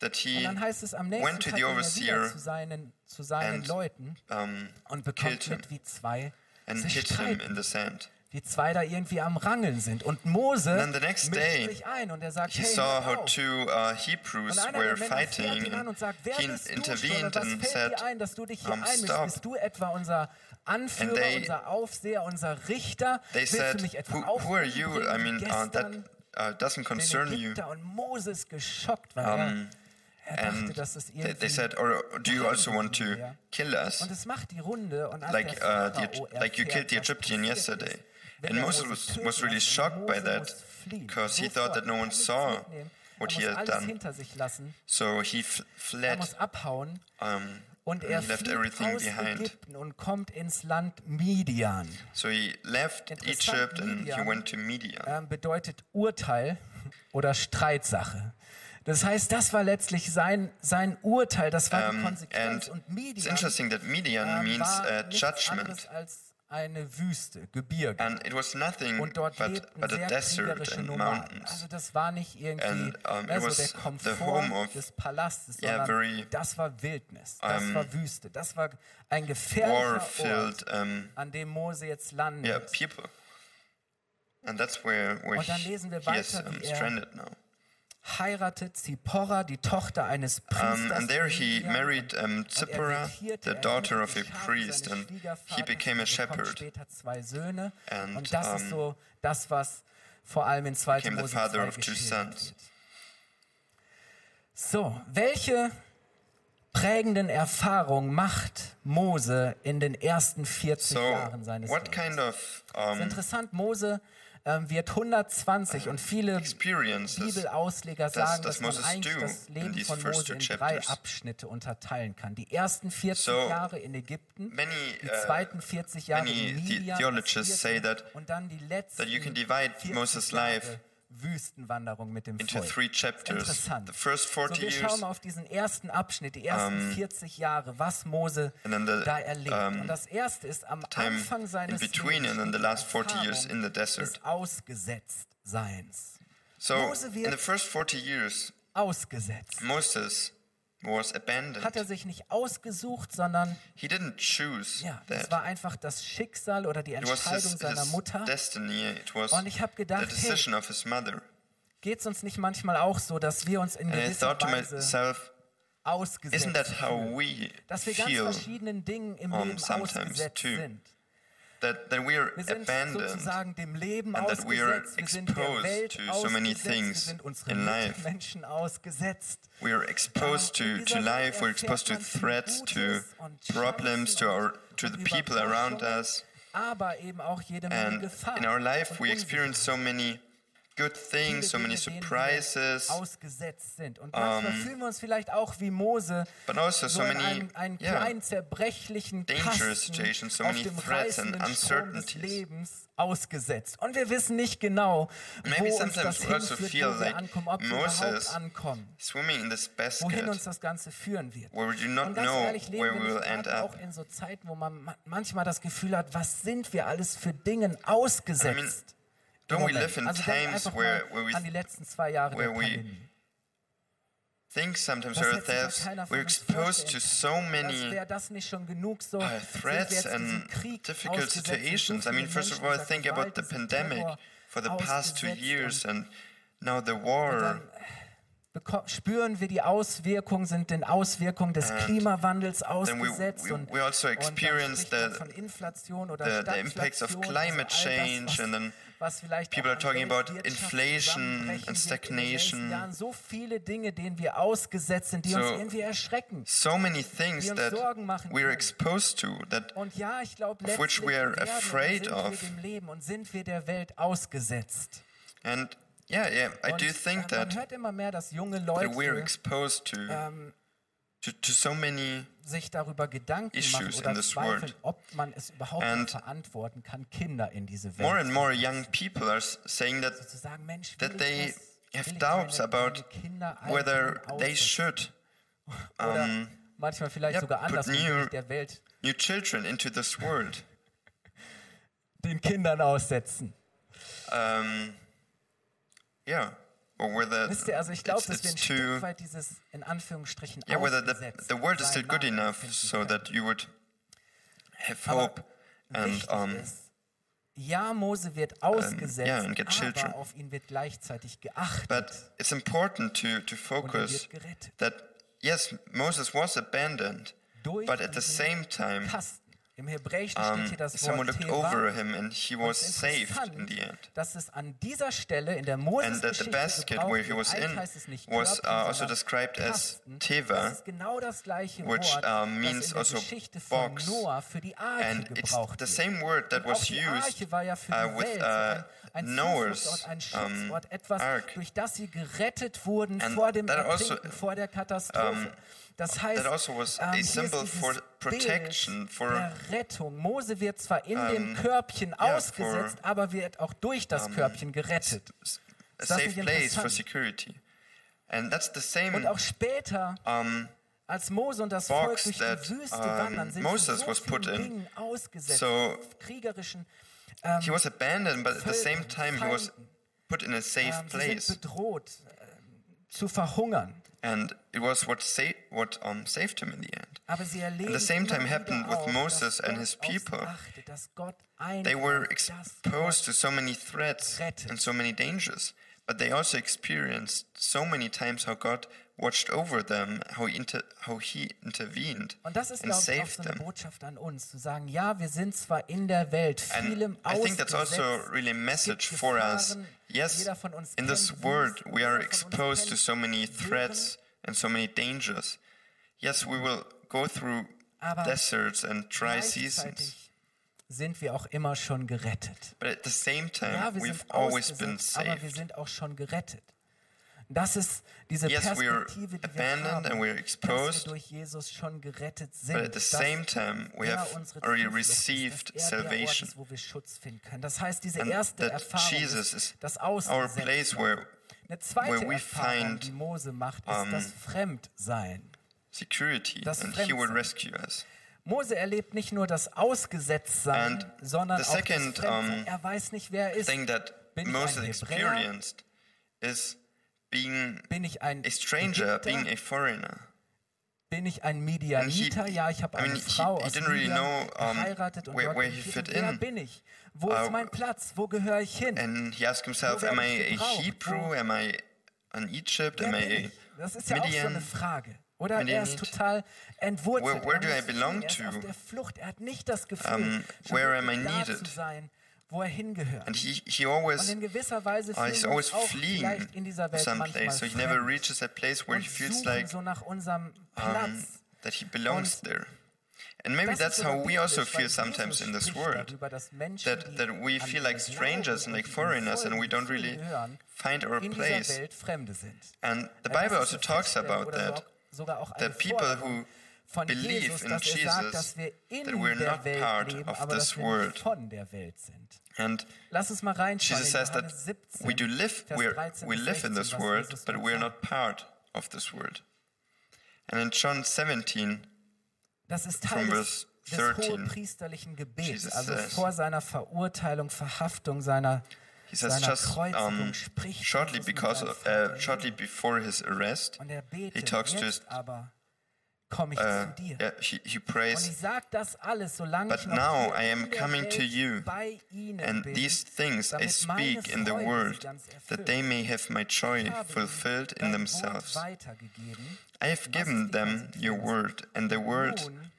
Speaker 2: that
Speaker 3: Und
Speaker 2: he
Speaker 3: dann heißt es, am nächsten
Speaker 2: went to
Speaker 3: Tag
Speaker 2: the
Speaker 3: ging er wieder
Speaker 2: overseer
Speaker 3: zu seinen, zu seinen
Speaker 2: and,
Speaker 3: Leuten
Speaker 2: um,
Speaker 3: und
Speaker 2: killed
Speaker 3: bekommt
Speaker 2: him
Speaker 3: mit, wie zwei
Speaker 2: and
Speaker 3: sich
Speaker 2: hit him
Speaker 3: streiten,
Speaker 2: in the sand.
Speaker 3: wie zwei da irgendwie am Rangeln sind. Und Mose
Speaker 2: then the next
Speaker 3: mischt
Speaker 2: day,
Speaker 3: sich ein und er sagt,
Speaker 2: He
Speaker 3: hey,
Speaker 2: saw
Speaker 3: hört
Speaker 2: how
Speaker 3: auf.
Speaker 2: two uh,
Speaker 3: Und
Speaker 2: Hebrews
Speaker 3: einer
Speaker 2: were
Speaker 3: der Männer fährt
Speaker 2: fighting,
Speaker 3: ihn an
Speaker 2: and
Speaker 3: und sagt, wer
Speaker 2: he
Speaker 3: bist du,
Speaker 2: intervened
Speaker 3: Stunde?
Speaker 2: and
Speaker 3: Was fällt
Speaker 2: said,
Speaker 3: dir ein, dass du dich hier
Speaker 2: um,
Speaker 3: einmischst?
Speaker 2: stop.
Speaker 3: Bist du etwa unser Anführer,
Speaker 2: And they-
Speaker 3: unser Aufseher, unser Richter?
Speaker 2: They
Speaker 3: Willst du
Speaker 2: said,
Speaker 3: mich etwa
Speaker 2: "Who, who are
Speaker 3: aufbringen,
Speaker 2: you?
Speaker 3: wie
Speaker 2: I mean, uh, that
Speaker 3: gestern
Speaker 2: uh, doesn't
Speaker 3: den
Speaker 2: concern you." Um,
Speaker 3: Ägypter?" Und Moses ist geschockt, weil er, er dachte,
Speaker 2: And
Speaker 3: dass es
Speaker 2: Mm. they,
Speaker 3: irgendwie...
Speaker 2: they said, "Or do you also want to kill us,
Speaker 3: und es macht die Runde und als der
Speaker 2: like uh,
Speaker 3: Pharao
Speaker 2: the, like you
Speaker 3: erfährt,
Speaker 2: killed the
Speaker 3: was
Speaker 2: Egyptian
Speaker 3: passiert
Speaker 2: yesterday?"
Speaker 3: Ist, Wenn
Speaker 2: And
Speaker 3: er
Speaker 2: Moses
Speaker 3: Moses
Speaker 2: was,
Speaker 3: töten
Speaker 2: was really
Speaker 3: lässt,
Speaker 2: shocked by
Speaker 3: Mose
Speaker 2: that
Speaker 3: muss fliehen.
Speaker 2: because he
Speaker 3: Sofort.
Speaker 2: thought that no
Speaker 3: Er
Speaker 2: one
Speaker 3: muss
Speaker 2: saw
Speaker 3: alles mitnehmen.
Speaker 2: what
Speaker 3: er
Speaker 2: he
Speaker 3: muss
Speaker 2: had
Speaker 3: alles
Speaker 2: done.
Speaker 3: hinter sich lassen.
Speaker 2: So he f-
Speaker 3: Er
Speaker 2: fled
Speaker 3: muss abhauen
Speaker 2: um,
Speaker 3: und er
Speaker 2: and left
Speaker 3: flieht
Speaker 2: everything
Speaker 3: aus
Speaker 2: behind.
Speaker 3: Ägypten und kommt ins Land Midian.
Speaker 2: So he left
Speaker 3: Interessant,
Speaker 2: Egypt and he
Speaker 3: Midian.
Speaker 2: went to Media.
Speaker 3: Ähm, bedeutet Urteil oder Streitsache. Das heißt, das war letztlich sein, sein Urteil, das war die
Speaker 2: Um, And
Speaker 3: Konsequenz. Und
Speaker 2: it's
Speaker 3: Midian
Speaker 2: interesting that Median
Speaker 3: ähm,
Speaker 2: means
Speaker 3: war
Speaker 2: uh,
Speaker 3: nichts anderes
Speaker 2: judgment,
Speaker 3: als eine Wüste, Gebirge.
Speaker 2: and it was nothing
Speaker 3: Und dort
Speaker 2: but,
Speaker 3: lebten
Speaker 2: but a
Speaker 3: sehr
Speaker 2: desert
Speaker 3: kriegerische
Speaker 2: and
Speaker 3: Nomaden.
Speaker 2: mountains.
Speaker 3: Also das war nicht irgendwie
Speaker 2: And, um, it
Speaker 3: also
Speaker 2: was
Speaker 3: der
Speaker 2: the home
Speaker 3: Komfort
Speaker 2: of,
Speaker 3: des Palastes, sondern
Speaker 2: yeah, very,
Speaker 3: das war Wildnis, das
Speaker 2: um,
Speaker 3: war Wüste, das war ein gefährlicher
Speaker 2: War-filled
Speaker 3: Ort,
Speaker 2: um,
Speaker 3: an dem Mose jetzt landet.
Speaker 2: yeah, people. And that's where, where
Speaker 3: Und dann
Speaker 2: he,
Speaker 3: lesen wir
Speaker 2: he is
Speaker 3: weiter,
Speaker 2: um,
Speaker 3: wie er-
Speaker 2: stranded now.
Speaker 3: Heiratet Zipporah, die Tochter eines Priesters.
Speaker 2: Um, and there he
Speaker 3: Midian,
Speaker 2: married um,
Speaker 3: und er
Speaker 2: Zipporah,
Speaker 3: regierte,
Speaker 2: the
Speaker 3: er
Speaker 2: daughter of a
Speaker 3: hütete die Schafe
Speaker 2: priest,
Speaker 3: seines
Speaker 2: and he
Speaker 3: Schwiegervaters
Speaker 2: became a
Speaker 3: und bekommt
Speaker 2: shepherd,
Speaker 3: Später zwei Söhne.
Speaker 2: And,
Speaker 3: und das
Speaker 2: um,
Speaker 3: ist so das, was vor allem in 2.
Speaker 2: became the
Speaker 3: Mose
Speaker 2: father
Speaker 3: 2
Speaker 2: of two
Speaker 3: geschildert
Speaker 2: sons.
Speaker 3: wird. So, welche prägenden Erfahrungen macht Mose in den ersten 40
Speaker 2: So,
Speaker 3: Jahren seines
Speaker 2: what
Speaker 3: Lebens?
Speaker 2: kind of um,
Speaker 3: Interessant, Mose ähm, wird 120 und viele
Speaker 2: experiences
Speaker 3: Bibelausleger
Speaker 2: das-
Speaker 3: sagen,
Speaker 2: das
Speaker 3: dass man
Speaker 2: Moses
Speaker 3: eigentlich
Speaker 2: do
Speaker 3: das
Speaker 2: in
Speaker 3: Leben
Speaker 2: these
Speaker 3: von
Speaker 2: first
Speaker 3: Mose
Speaker 2: two
Speaker 3: in drei
Speaker 2: chapters.
Speaker 3: Abschnitte unterteilen kann. Die ersten 40
Speaker 2: So,
Speaker 3: Jahre in Ägypten,
Speaker 2: many,
Speaker 3: die
Speaker 2: uh,
Speaker 3: zweiten 40 Jahre
Speaker 2: many
Speaker 3: in
Speaker 2: the-
Speaker 3: Midian,
Speaker 2: theologists
Speaker 3: das
Speaker 2: say
Speaker 3: vierte
Speaker 2: that-
Speaker 3: und dann die letzten
Speaker 2: you can divide
Speaker 3: 40
Speaker 2: Moses'
Speaker 3: Jahre
Speaker 2: life
Speaker 3: Wüstenwanderung mit dem
Speaker 2: into
Speaker 3: Volk.
Speaker 2: three chapters.
Speaker 3: Interessant.
Speaker 2: The first
Speaker 3: so,
Speaker 2: 40
Speaker 3: wir
Speaker 2: years, um,
Speaker 3: schauen mal auf diesen ersten Abschnitt, die ersten 40 Jahre, was Mose
Speaker 2: and then the,
Speaker 3: da erlebt.
Speaker 2: um,
Speaker 3: und das erste ist am
Speaker 2: time
Speaker 3: Anfang
Speaker 2: in
Speaker 3: seines
Speaker 2: between
Speaker 3: Lebens
Speaker 2: and then the
Speaker 3: die
Speaker 2: last 40 years
Speaker 3: Erfahrung
Speaker 2: in the desert.
Speaker 3: des Ausgesetztseins.
Speaker 2: So,
Speaker 3: Mose wird-
Speaker 2: in the first 40 years,
Speaker 3: Ausgesetzt.
Speaker 2: Moses was
Speaker 3: Hat er
Speaker 2: abandoned.
Speaker 3: sich nicht ausgesucht, sondern
Speaker 2: He didn't choose
Speaker 3: ja, das war
Speaker 2: that.
Speaker 3: einfach das Schicksal oder die
Speaker 2: It was
Speaker 3: Entscheidung
Speaker 2: his,
Speaker 3: seiner
Speaker 2: his
Speaker 3: Mutter.
Speaker 2: destiny. It was
Speaker 3: Und ich habe
Speaker 2: the
Speaker 3: gedacht, hey,
Speaker 2: decision of his mother.
Speaker 3: geht's uns nicht manchmal auch so, dass wir uns in
Speaker 2: And I
Speaker 3: gewisser
Speaker 2: thought to
Speaker 3: Weise
Speaker 2: myself,
Speaker 3: ausgesetzt
Speaker 2: isn't that how
Speaker 3: fühlen?
Speaker 2: we
Speaker 3: Dass wir ganz
Speaker 2: feel
Speaker 3: verschiedenen Dingen im
Speaker 2: um,
Speaker 3: Leben
Speaker 2: sometimes
Speaker 3: ausgesetzt
Speaker 2: too.
Speaker 3: sind.
Speaker 2: that, that we are
Speaker 3: Wir sind
Speaker 2: abandoned?
Speaker 3: sozusagen dem Leben
Speaker 2: and that we are
Speaker 3: ausgesetzt, wir sind der
Speaker 2: exposed
Speaker 3: Welt
Speaker 2: to so many
Speaker 3: ausgesetzt, wir
Speaker 2: things
Speaker 3: sind unseren
Speaker 2: in life.
Speaker 3: Mitmenschen ausgesetzt.
Speaker 2: We are exposed
Speaker 3: Um, in
Speaker 2: to,
Speaker 3: dieser Welt
Speaker 2: to life, we're
Speaker 3: erfährt
Speaker 2: exposed to
Speaker 3: man viel
Speaker 2: threats, to
Speaker 3: Gutes und
Speaker 2: problems, to,
Speaker 3: Chancen
Speaker 2: our,
Speaker 3: und-
Speaker 2: to the
Speaker 3: und
Speaker 2: people around
Speaker 3: Überraschungen,
Speaker 2: us.
Speaker 3: Aber eben auch jede Menge
Speaker 2: And
Speaker 3: Gefahr.
Speaker 2: in our life,
Speaker 3: und
Speaker 2: we experience so many good
Speaker 3: Unsicherheit,
Speaker 2: things, so
Speaker 3: viele
Speaker 2: many
Speaker 3: Dinge, denen wir
Speaker 2: surprises, um,
Speaker 3: Ausgesetzt sind. Und manchmal fühlen wir uns vielleicht auch wie Mose.
Speaker 2: but also so
Speaker 3: in
Speaker 2: many,
Speaker 3: einem, einen
Speaker 2: yeah,
Speaker 3: kleinen zerbrechlichen
Speaker 2: dangerous
Speaker 3: Kasten
Speaker 2: situations, so
Speaker 3: auf
Speaker 2: many
Speaker 3: dem
Speaker 2: threats
Speaker 3: reißenden
Speaker 2: and
Speaker 3: Strom des
Speaker 2: uncertainties.
Speaker 3: Lebens ausgesetzt. Und wir wissen nicht genau, wo
Speaker 2: Maybe
Speaker 3: uns
Speaker 2: sometimes
Speaker 3: das
Speaker 2: we also
Speaker 3: hinführt,
Speaker 2: feel
Speaker 3: wo wir
Speaker 2: like
Speaker 3: ankommen, ob wir
Speaker 2: Moses
Speaker 3: überhaupt ankommen,
Speaker 2: swimming in this
Speaker 3: wohin uns
Speaker 2: basket
Speaker 3: das Ganze führen wird.
Speaker 2: where we do not
Speaker 3: Und ganz
Speaker 2: know
Speaker 3: ehrlich leben
Speaker 2: where
Speaker 3: wir
Speaker 2: we will
Speaker 3: nicht
Speaker 2: end
Speaker 3: gerade auch
Speaker 2: up.
Speaker 3: in so Zeiten, wo man ma- manchmal das Gefühl hat, was sind wir alles für Dingen ausgesetzt?
Speaker 2: I mean,
Speaker 3: im
Speaker 2: Don't we
Speaker 3: Moment.
Speaker 2: live in
Speaker 3: also denk
Speaker 2: times
Speaker 3: einfach
Speaker 2: where,
Speaker 3: mal
Speaker 2: where we
Speaker 3: an die letzten zwei Jahre der
Speaker 2: where we
Speaker 3: Pandemie.
Speaker 2: think sometimes
Speaker 3: Das
Speaker 2: we're
Speaker 3: hätte sich ja
Speaker 2: ourselves,
Speaker 3: keiner von
Speaker 2: we're
Speaker 3: uns
Speaker 2: exposed to
Speaker 3: vorstellen
Speaker 2: so
Speaker 3: Als
Speaker 2: many
Speaker 3: wäre das nicht schon genug so.
Speaker 2: uh,
Speaker 3: sind wir
Speaker 2: threats
Speaker 3: jetzt diesem
Speaker 2: and
Speaker 3: Krieg
Speaker 2: difficult
Speaker 3: ausgesetzt, sind so
Speaker 2: situations. I
Speaker 3: viele
Speaker 2: mean, first of
Speaker 3: Menschen
Speaker 2: all,
Speaker 3: dieser
Speaker 2: think about
Speaker 3: Gewalt,
Speaker 2: the
Speaker 3: diesem
Speaker 2: pandemic
Speaker 3: Terror
Speaker 2: for the past two
Speaker 3: ausgesetzt
Speaker 2: years
Speaker 3: und
Speaker 2: and now the war.
Speaker 3: beko- Spüren wir die Auswirkungen, sind den Auswirkungen des Klimawandels
Speaker 2: we-
Speaker 3: ausgesetzt
Speaker 2: we-
Speaker 3: und,
Speaker 2: we also
Speaker 3: und dann
Speaker 2: experience
Speaker 3: spricht man
Speaker 2: the-
Speaker 3: von Inflation oder
Speaker 2: the- the impacts of
Speaker 3: Stagflation,
Speaker 2: climate
Speaker 3: also all
Speaker 2: change
Speaker 3: das, was,
Speaker 2: and then
Speaker 3: was vielleicht
Speaker 2: people
Speaker 3: auch
Speaker 2: are
Speaker 3: an
Speaker 2: talking about
Speaker 3: Weltwirtschaft
Speaker 2: inflation
Speaker 3: zusammenbrechen wird
Speaker 2: and
Speaker 3: in den nächsten
Speaker 2: stagnation.
Speaker 3: Jahren. So viele Dinge, denen wir ausgesetzt sind, die
Speaker 2: So-
Speaker 3: uns irgendwie erschrecken.
Speaker 2: So many things
Speaker 3: uns
Speaker 2: that
Speaker 3: Sorgen machen
Speaker 2: we're
Speaker 3: können.
Speaker 2: exposed to that
Speaker 3: Und ja, ich glaube,
Speaker 2: Of which
Speaker 3: letztlich
Speaker 2: we are
Speaker 3: werden und
Speaker 2: afraid
Speaker 3: sind
Speaker 2: of.
Speaker 3: wir dem Leben und sind wir der Welt ausgesetzt.
Speaker 2: and yeah, yeah, I
Speaker 3: und
Speaker 2: do
Speaker 3: äh,
Speaker 2: think
Speaker 3: man
Speaker 2: that
Speaker 3: hört immer mehr, dass junge
Speaker 2: that we're
Speaker 3: Leute ähm,
Speaker 2: exposed to to, to so many
Speaker 3: sich darüber Gedanken machen
Speaker 2: issues in
Speaker 3: oder
Speaker 2: this
Speaker 3: zweifeln,
Speaker 2: world.
Speaker 3: ob man es überhaupt
Speaker 2: And
Speaker 3: noch verantworten kann, Kinder in diese Welt
Speaker 2: more and
Speaker 3: zu
Speaker 2: more young people are s- saying that
Speaker 3: zu sagen, Mensch, will
Speaker 2: that
Speaker 3: ich
Speaker 2: they
Speaker 3: das?
Speaker 2: have
Speaker 3: will ich
Speaker 2: doubts
Speaker 3: meine,
Speaker 2: about
Speaker 3: meine Kinder all
Speaker 2: whether
Speaker 3: dem
Speaker 2: they
Speaker 3: aussetzen?
Speaker 2: should
Speaker 3: oder manchmal vielleicht
Speaker 2: yeah,
Speaker 3: sogar
Speaker 2: put
Speaker 3: andersrum,
Speaker 2: new-
Speaker 3: will ich der Welt
Speaker 2: new children into this world.
Speaker 3: den Kindern aussetzen.
Speaker 2: Um, yeah, or whether
Speaker 3: Wisst ihr, also ich glaube, dass
Speaker 2: it's,
Speaker 3: wir ein
Speaker 2: it's
Speaker 3: Stück
Speaker 2: too
Speaker 3: weit dieses in Anführungsstrichen
Speaker 2: yeah whether the,
Speaker 3: ausgesetzt
Speaker 2: the word is still
Speaker 3: sein
Speaker 2: good
Speaker 3: Lager
Speaker 2: enough
Speaker 3: finden
Speaker 2: so
Speaker 3: können.
Speaker 2: that you would have
Speaker 3: Aber
Speaker 2: hope and
Speaker 3: Wichtig
Speaker 2: um,
Speaker 3: ist, ja, Mose wird ausgesetzt,
Speaker 2: yeah, and get children.
Speaker 3: aber auf ihn wird gleichzeitig geachtet
Speaker 2: but it's important to
Speaker 3: und
Speaker 2: to
Speaker 3: er
Speaker 2: focus
Speaker 3: wird gerettet.
Speaker 2: that yes Moses was abandoned,
Speaker 3: Durch
Speaker 2: but at the
Speaker 3: diesen
Speaker 2: same time
Speaker 3: Kasten Im Hebräischen steht
Speaker 2: um,
Speaker 3: hier das
Speaker 2: someone
Speaker 3: Wort
Speaker 2: looked
Speaker 3: Teva.
Speaker 2: over him and he was
Speaker 3: Es ist
Speaker 2: saved
Speaker 3: interessant,
Speaker 2: in the end.
Speaker 3: Dass es an dieser Stelle in der
Speaker 2: And that
Speaker 3: Moses-Geschichte
Speaker 2: the basket
Speaker 3: gebraucht
Speaker 2: where he
Speaker 3: wird.
Speaker 2: was
Speaker 3: Eigentlich
Speaker 2: in
Speaker 3: heißt es nicht
Speaker 2: was uh,
Speaker 3: Körbchen,
Speaker 2: also
Speaker 3: sondern
Speaker 2: described as
Speaker 3: Kasten. Das
Speaker 2: Teva,
Speaker 3: ist genau das gleiche
Speaker 2: which,
Speaker 3: Wort,
Speaker 2: uh,
Speaker 3: das
Speaker 2: means
Speaker 3: in der
Speaker 2: also
Speaker 3: Geschichte von
Speaker 2: box.
Speaker 3: Noah für die Arche
Speaker 2: and it's
Speaker 3: gebraucht
Speaker 2: the
Speaker 3: wird.
Speaker 2: same word that
Speaker 3: Auch
Speaker 2: was
Speaker 3: die Arche
Speaker 2: used
Speaker 3: war ja für die Welt
Speaker 2: uh, with
Speaker 3: so
Speaker 2: uh,
Speaker 3: ein, ein
Speaker 2: Noah's
Speaker 3: Zufluchtsort, ein
Speaker 2: um,
Speaker 3: Schutzort, etwas,
Speaker 2: ark.
Speaker 3: durch das sie gerettet wurden
Speaker 2: And
Speaker 3: vor dem
Speaker 2: that also, um,
Speaker 3: Ertrinken, vor der Katastrophe. das heißt,
Speaker 2: that also was
Speaker 3: ähm,
Speaker 2: a
Speaker 3: hier ist
Speaker 2: symbol
Speaker 3: dieses
Speaker 2: for
Speaker 3: Bild
Speaker 2: protection, for,
Speaker 3: der Rettung. Mose wird zwar in dem
Speaker 2: um,
Speaker 3: Körbchen
Speaker 2: yeah,
Speaker 3: ausgesetzt,
Speaker 2: for, um,
Speaker 3: aber wird auch durch das Körbchen gerettet.
Speaker 2: a
Speaker 3: das
Speaker 2: safe
Speaker 3: nicht
Speaker 2: place for
Speaker 3: interessant?
Speaker 2: security. And that's the
Speaker 3: Und
Speaker 2: same
Speaker 3: auch später,
Speaker 2: um,
Speaker 3: als Mose und das Volk
Speaker 2: box
Speaker 3: durch die
Speaker 2: that,
Speaker 3: Wüste
Speaker 2: um,
Speaker 3: wandern, sind sie
Speaker 2: Moses
Speaker 3: so
Speaker 2: was put
Speaker 3: vielen
Speaker 2: in.
Speaker 3: Dingen ausgesetzt,
Speaker 2: So-
Speaker 3: kriegerischen
Speaker 2: He was abandoned, but at the same
Speaker 3: Völkern,
Speaker 2: time, Um, he was
Speaker 3: Feinden.
Speaker 2: put in a safe
Speaker 3: ähm, sie
Speaker 2: place,
Speaker 3: sind bedroht, ähm, zu verhungern.
Speaker 2: and it was what sa- what um, saved him in the end.
Speaker 3: Aber sie erleben
Speaker 2: the same
Speaker 3: immer
Speaker 2: time
Speaker 3: wieder
Speaker 2: happened with
Speaker 3: auch, dass
Speaker 2: Moses
Speaker 3: Gott
Speaker 2: and his
Speaker 3: auf sie
Speaker 2: people.
Speaker 3: Achtet, dass Gott eingreift,
Speaker 2: They were
Speaker 3: dass Gott
Speaker 2: exposed to so many threats
Speaker 3: rettet.
Speaker 2: and so many dangers, but they also experienced so many times how God watched over them, how he, inter- how he intervened
Speaker 3: Und das ist,
Speaker 2: and
Speaker 3: glaube ich, auch so
Speaker 2: saved
Speaker 3: eine
Speaker 2: them.
Speaker 3: Botschaft an uns, zu sagen, ja, wir sind zwar in der Welt
Speaker 2: And
Speaker 3: vielem
Speaker 2: I think that's also
Speaker 3: ausgesetzt,
Speaker 2: really a message
Speaker 3: gibt
Speaker 2: for us.
Speaker 3: Gefahren,
Speaker 2: Yes,
Speaker 3: jeder von uns
Speaker 2: in this
Speaker 3: kennt
Speaker 2: world,
Speaker 3: dies,
Speaker 2: we are
Speaker 3: jeder von uns
Speaker 2: exposed to
Speaker 3: kennt
Speaker 2: so many
Speaker 3: Dürren,
Speaker 2: threats and so many dangers. Yes, we will go through
Speaker 3: Aber
Speaker 2: deserts and dry seasons,
Speaker 3: gleichzeitig sind wir auch immer schon gerettet.
Speaker 2: but at the same
Speaker 3: Ja,
Speaker 2: time,
Speaker 3: wir
Speaker 2: we've
Speaker 3: sind
Speaker 2: always been
Speaker 3: ausgesetzt, aber wir
Speaker 2: saved.
Speaker 3: sind auch schon gerettet. Das ist diese
Speaker 2: Yes, we are
Speaker 3: Perspektive, die wir haben,
Speaker 2: abandoned and we are
Speaker 3: dass
Speaker 2: exposed,
Speaker 3: wir durch Jesus schon gerettet sind.
Speaker 2: but at the
Speaker 3: dass
Speaker 2: same time, we
Speaker 3: er
Speaker 2: have
Speaker 3: unsere
Speaker 2: already
Speaker 3: Zuflucht ist, dass
Speaker 2: received
Speaker 3: er der Ort
Speaker 2: salvation.
Speaker 3: Ist, wo wir Schutz finden können. Das heißt, diese
Speaker 2: And
Speaker 3: erste
Speaker 2: that
Speaker 3: Erfahrung
Speaker 2: Jesus
Speaker 3: ist
Speaker 2: is
Speaker 3: das
Speaker 2: our
Speaker 3: Ausgesetzt.
Speaker 2: place where
Speaker 3: Eine zweite
Speaker 2: where we
Speaker 3: Erfahrung,
Speaker 2: find,
Speaker 3: die Mose macht, ist
Speaker 2: um,
Speaker 3: das Fremdsein.
Speaker 2: security,
Speaker 3: Das
Speaker 2: and He will
Speaker 3: Fremdsein.
Speaker 2: rescue us.
Speaker 3: Mose erlebt nicht nur das Ausgesetztsein,
Speaker 2: And
Speaker 3: sondern
Speaker 2: the
Speaker 3: auch
Speaker 2: second,
Speaker 3: das Fremdsein.
Speaker 2: um,
Speaker 3: Er weiß nicht, wer er ist.
Speaker 2: thing that
Speaker 3: Bin ich
Speaker 2: Moses
Speaker 3: ein Hebräer?
Speaker 2: experienced is being
Speaker 3: Bin ich ein
Speaker 2: a stranger,
Speaker 3: Ägypter?
Speaker 2: being a foreigner.
Speaker 3: Bin ich ein
Speaker 2: And he-
Speaker 3: Medianiter? Ja, ich habe
Speaker 2: I
Speaker 3: eine
Speaker 2: mean, he-
Speaker 3: Frau
Speaker 2: he
Speaker 3: aus
Speaker 2: didn't really
Speaker 3: Midian
Speaker 2: know, um,
Speaker 3: geheiratet und
Speaker 2: where-
Speaker 3: dort
Speaker 2: where he
Speaker 3: gelebt.
Speaker 2: fit
Speaker 3: Wer
Speaker 2: in.
Speaker 3: bin ich? Wo
Speaker 2: Uh,
Speaker 3: ist mein Platz? Wo gehöre ich hin?
Speaker 2: And he asked himself, Am I a
Speaker 3: Oh.
Speaker 2: Hebrew? Am I an Egypt?
Speaker 3: Wer
Speaker 2: Am
Speaker 3: bin
Speaker 2: I
Speaker 3: ich? Äh, Das ist
Speaker 2: a
Speaker 3: ja auch so eine
Speaker 2: Midian?
Speaker 3: Frage. Oder er ist
Speaker 2: Midianite?
Speaker 3: total entwurzelt.
Speaker 2: Where- where
Speaker 3: er
Speaker 2: do I
Speaker 3: muss fliehen,
Speaker 2: belong
Speaker 3: er ist
Speaker 2: to?
Speaker 3: auf der Flucht. Er hat nicht das Gefühl,
Speaker 2: Um,
Speaker 3: schon
Speaker 2: where am I
Speaker 3: wirklich da
Speaker 2: needed?
Speaker 3: zu sein, wo er hingehört.
Speaker 2: And he, he
Speaker 3: Und
Speaker 2: always,
Speaker 3: in gewisser Weise
Speaker 2: uh,
Speaker 3: fühlen
Speaker 2: he's
Speaker 3: wir uns
Speaker 2: always
Speaker 3: auch
Speaker 2: fleeing
Speaker 3: vielleicht in dieser Welt manchmal
Speaker 2: someplace. So he never
Speaker 3: fremd
Speaker 2: reaches a place where
Speaker 3: und
Speaker 2: he feels
Speaker 3: suchen
Speaker 2: like
Speaker 3: so nach unserem
Speaker 2: um,
Speaker 3: Platz.
Speaker 2: that he belongs
Speaker 3: Und
Speaker 2: there. And maybe
Speaker 3: Das ist
Speaker 2: that's
Speaker 3: sogar
Speaker 2: how we also
Speaker 3: biblisch, weil
Speaker 2: feel sometimes
Speaker 3: Jesus
Speaker 2: in this
Speaker 3: spricht
Speaker 2: world.
Speaker 3: darüber, dass Menschen,
Speaker 2: That,
Speaker 3: die
Speaker 2: that we
Speaker 3: an
Speaker 2: feel
Speaker 3: ihn
Speaker 2: like
Speaker 3: glauben
Speaker 2: strangers and
Speaker 3: und
Speaker 2: like
Speaker 3: ihm
Speaker 2: foreigners and
Speaker 3: folgen,
Speaker 2: we don't
Speaker 3: zu ihm
Speaker 2: really
Speaker 3: gehören,
Speaker 2: find our
Speaker 3: in
Speaker 2: place.
Speaker 3: dieser Welt Fremde sind.
Speaker 2: And the
Speaker 3: Ja, das
Speaker 2: Bible
Speaker 3: ist
Speaker 2: also
Speaker 3: eine
Speaker 2: talks
Speaker 3: Feststellung
Speaker 2: about
Speaker 3: oder
Speaker 2: that.
Speaker 3: sogar auch eine
Speaker 2: that people
Speaker 3: Forderung
Speaker 2: who
Speaker 3: von
Speaker 2: believe
Speaker 3: Jesus,
Speaker 2: in
Speaker 3: dass er sagt,
Speaker 2: Jesus,
Speaker 3: dass wir in
Speaker 2: that we're
Speaker 3: der
Speaker 2: not
Speaker 3: Welt
Speaker 2: part
Speaker 3: leben,
Speaker 2: of
Speaker 3: aber
Speaker 2: this
Speaker 3: dass wir
Speaker 2: world.
Speaker 3: nicht von der Welt sind.
Speaker 2: And
Speaker 3: Lass uns mal reinschauen
Speaker 2: Jesus
Speaker 3: in
Speaker 2: says that
Speaker 3: Johannes 17,
Speaker 2: we do live,
Speaker 3: Vers
Speaker 2: we
Speaker 3: 13
Speaker 2: we
Speaker 3: bis
Speaker 2: live
Speaker 3: 16,
Speaker 2: in this
Speaker 3: was
Speaker 2: world,
Speaker 3: Jesus
Speaker 2: but
Speaker 3: dort
Speaker 2: we are
Speaker 3: sagt.
Speaker 2: not part of this world. And in John 17,
Speaker 3: Das ist
Speaker 2: from
Speaker 3: Teil des,
Speaker 2: verse
Speaker 3: des
Speaker 2: 13.
Speaker 3: hohepriesterlichen Gebets,
Speaker 2: Jesus
Speaker 3: also
Speaker 2: says-
Speaker 3: vor seiner Verurteilung, Verhaftung, seiner,
Speaker 2: he says
Speaker 3: seiner
Speaker 2: just
Speaker 3: Kreuzigung
Speaker 2: um,
Speaker 3: spricht
Speaker 2: shortly
Speaker 3: Jesus mit
Speaker 2: because
Speaker 3: seinem
Speaker 2: of,
Speaker 3: Vater
Speaker 2: uh, shortly before his arrest,
Speaker 3: und er
Speaker 2: he
Speaker 3: betet,
Speaker 2: talks to his
Speaker 3: jetzt aber komme ich
Speaker 2: uh,
Speaker 3: zu dir.
Speaker 2: yeah, he, he
Speaker 3: Und
Speaker 2: prays,
Speaker 3: ich sage das alles, solange
Speaker 2: But
Speaker 3: ich noch
Speaker 2: now
Speaker 3: hier
Speaker 2: I am
Speaker 3: in der
Speaker 2: coming
Speaker 3: Welt
Speaker 2: to you,
Speaker 3: bei ihnen
Speaker 2: and
Speaker 3: bin,
Speaker 2: these things I
Speaker 3: damit meine
Speaker 2: speak in the
Speaker 3: Freude sie
Speaker 2: word,
Speaker 3: ganz erfüllt.
Speaker 2: that they may have my joy
Speaker 3: Ich habe ihnen
Speaker 2: fulfilled in
Speaker 3: dein
Speaker 2: themselves.
Speaker 3: Wort weitergegeben.
Speaker 2: I have
Speaker 3: Was
Speaker 2: given
Speaker 3: die
Speaker 2: them your
Speaker 3: Konsequenz?
Speaker 2: word, and the word
Speaker 3: Nun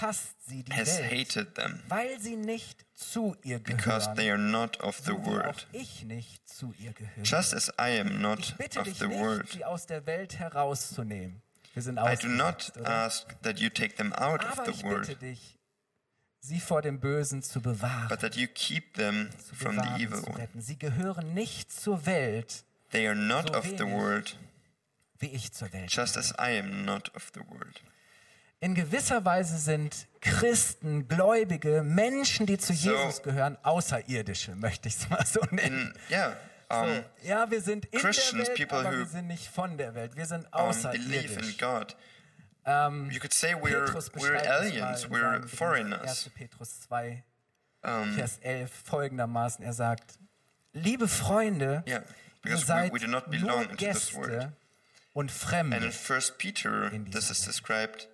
Speaker 3: hasst sie die
Speaker 2: has
Speaker 3: Welt,
Speaker 2: hated them,
Speaker 3: weil sie nicht zu ihr
Speaker 2: because
Speaker 3: gehören.
Speaker 2: they are not of the
Speaker 3: so wie
Speaker 2: word.
Speaker 3: auch ich nicht zu ihr gehöre.
Speaker 2: Just as I am
Speaker 3: ich
Speaker 2: not
Speaker 3: bitte
Speaker 2: of
Speaker 3: dich
Speaker 2: the
Speaker 3: nicht,
Speaker 2: word,
Speaker 3: sie aus der Welt herauszunehmen. Wir sind
Speaker 2: I do not
Speaker 3: ausgesetzt, oder?
Speaker 2: ask that you take them out of
Speaker 3: Aber ich
Speaker 2: the
Speaker 3: bitte
Speaker 2: word,
Speaker 3: dich, sie vor dem Bösen zu bewahren.
Speaker 2: but that you keep them
Speaker 3: zu
Speaker 2: from the
Speaker 3: bewahren,
Speaker 2: evil
Speaker 3: zu
Speaker 2: one.
Speaker 3: retten. Sie gehören nicht zur Welt,
Speaker 2: They are not
Speaker 3: So
Speaker 2: of the
Speaker 3: wenig.
Speaker 2: word,
Speaker 3: wie ich zur Welt.
Speaker 2: just as I am not of the word.
Speaker 3: In gewisser Weise sind Christen, Gläubige, Menschen, die zu
Speaker 2: So-
Speaker 3: Jesus gehören, Außerirdische, möchte ich es mal so nennen.
Speaker 2: In, Mm, yeah, um,
Speaker 3: ja, wir sind in der
Speaker 2: Christians,
Speaker 3: Welt,
Speaker 2: people
Speaker 3: aber
Speaker 2: who,
Speaker 3: wir sind nicht von der Welt. Wir sind
Speaker 2: um, believe in
Speaker 3: außerirdisch.
Speaker 2: God. You could say we're,
Speaker 3: Um, Petrus
Speaker 2: we're
Speaker 3: beschreibt es mal
Speaker 2: aliens,
Speaker 3: in
Speaker 2: we're
Speaker 3: seinem Brief,
Speaker 2: foreigners.
Speaker 3: 1. Petrus 2,
Speaker 2: Um,
Speaker 3: Vers 11 folgendermaßen. Er sagt, liebe Freunde,
Speaker 2: yeah,
Speaker 3: ihr
Speaker 2: because we,
Speaker 3: seid
Speaker 2: we do not
Speaker 3: nur
Speaker 2: belong into this world.
Speaker 3: Gäste und
Speaker 2: And
Speaker 3: Fremde.
Speaker 2: in First Peter,
Speaker 3: in
Speaker 2: this
Speaker 3: dieser
Speaker 2: is
Speaker 3: Welt.
Speaker 2: described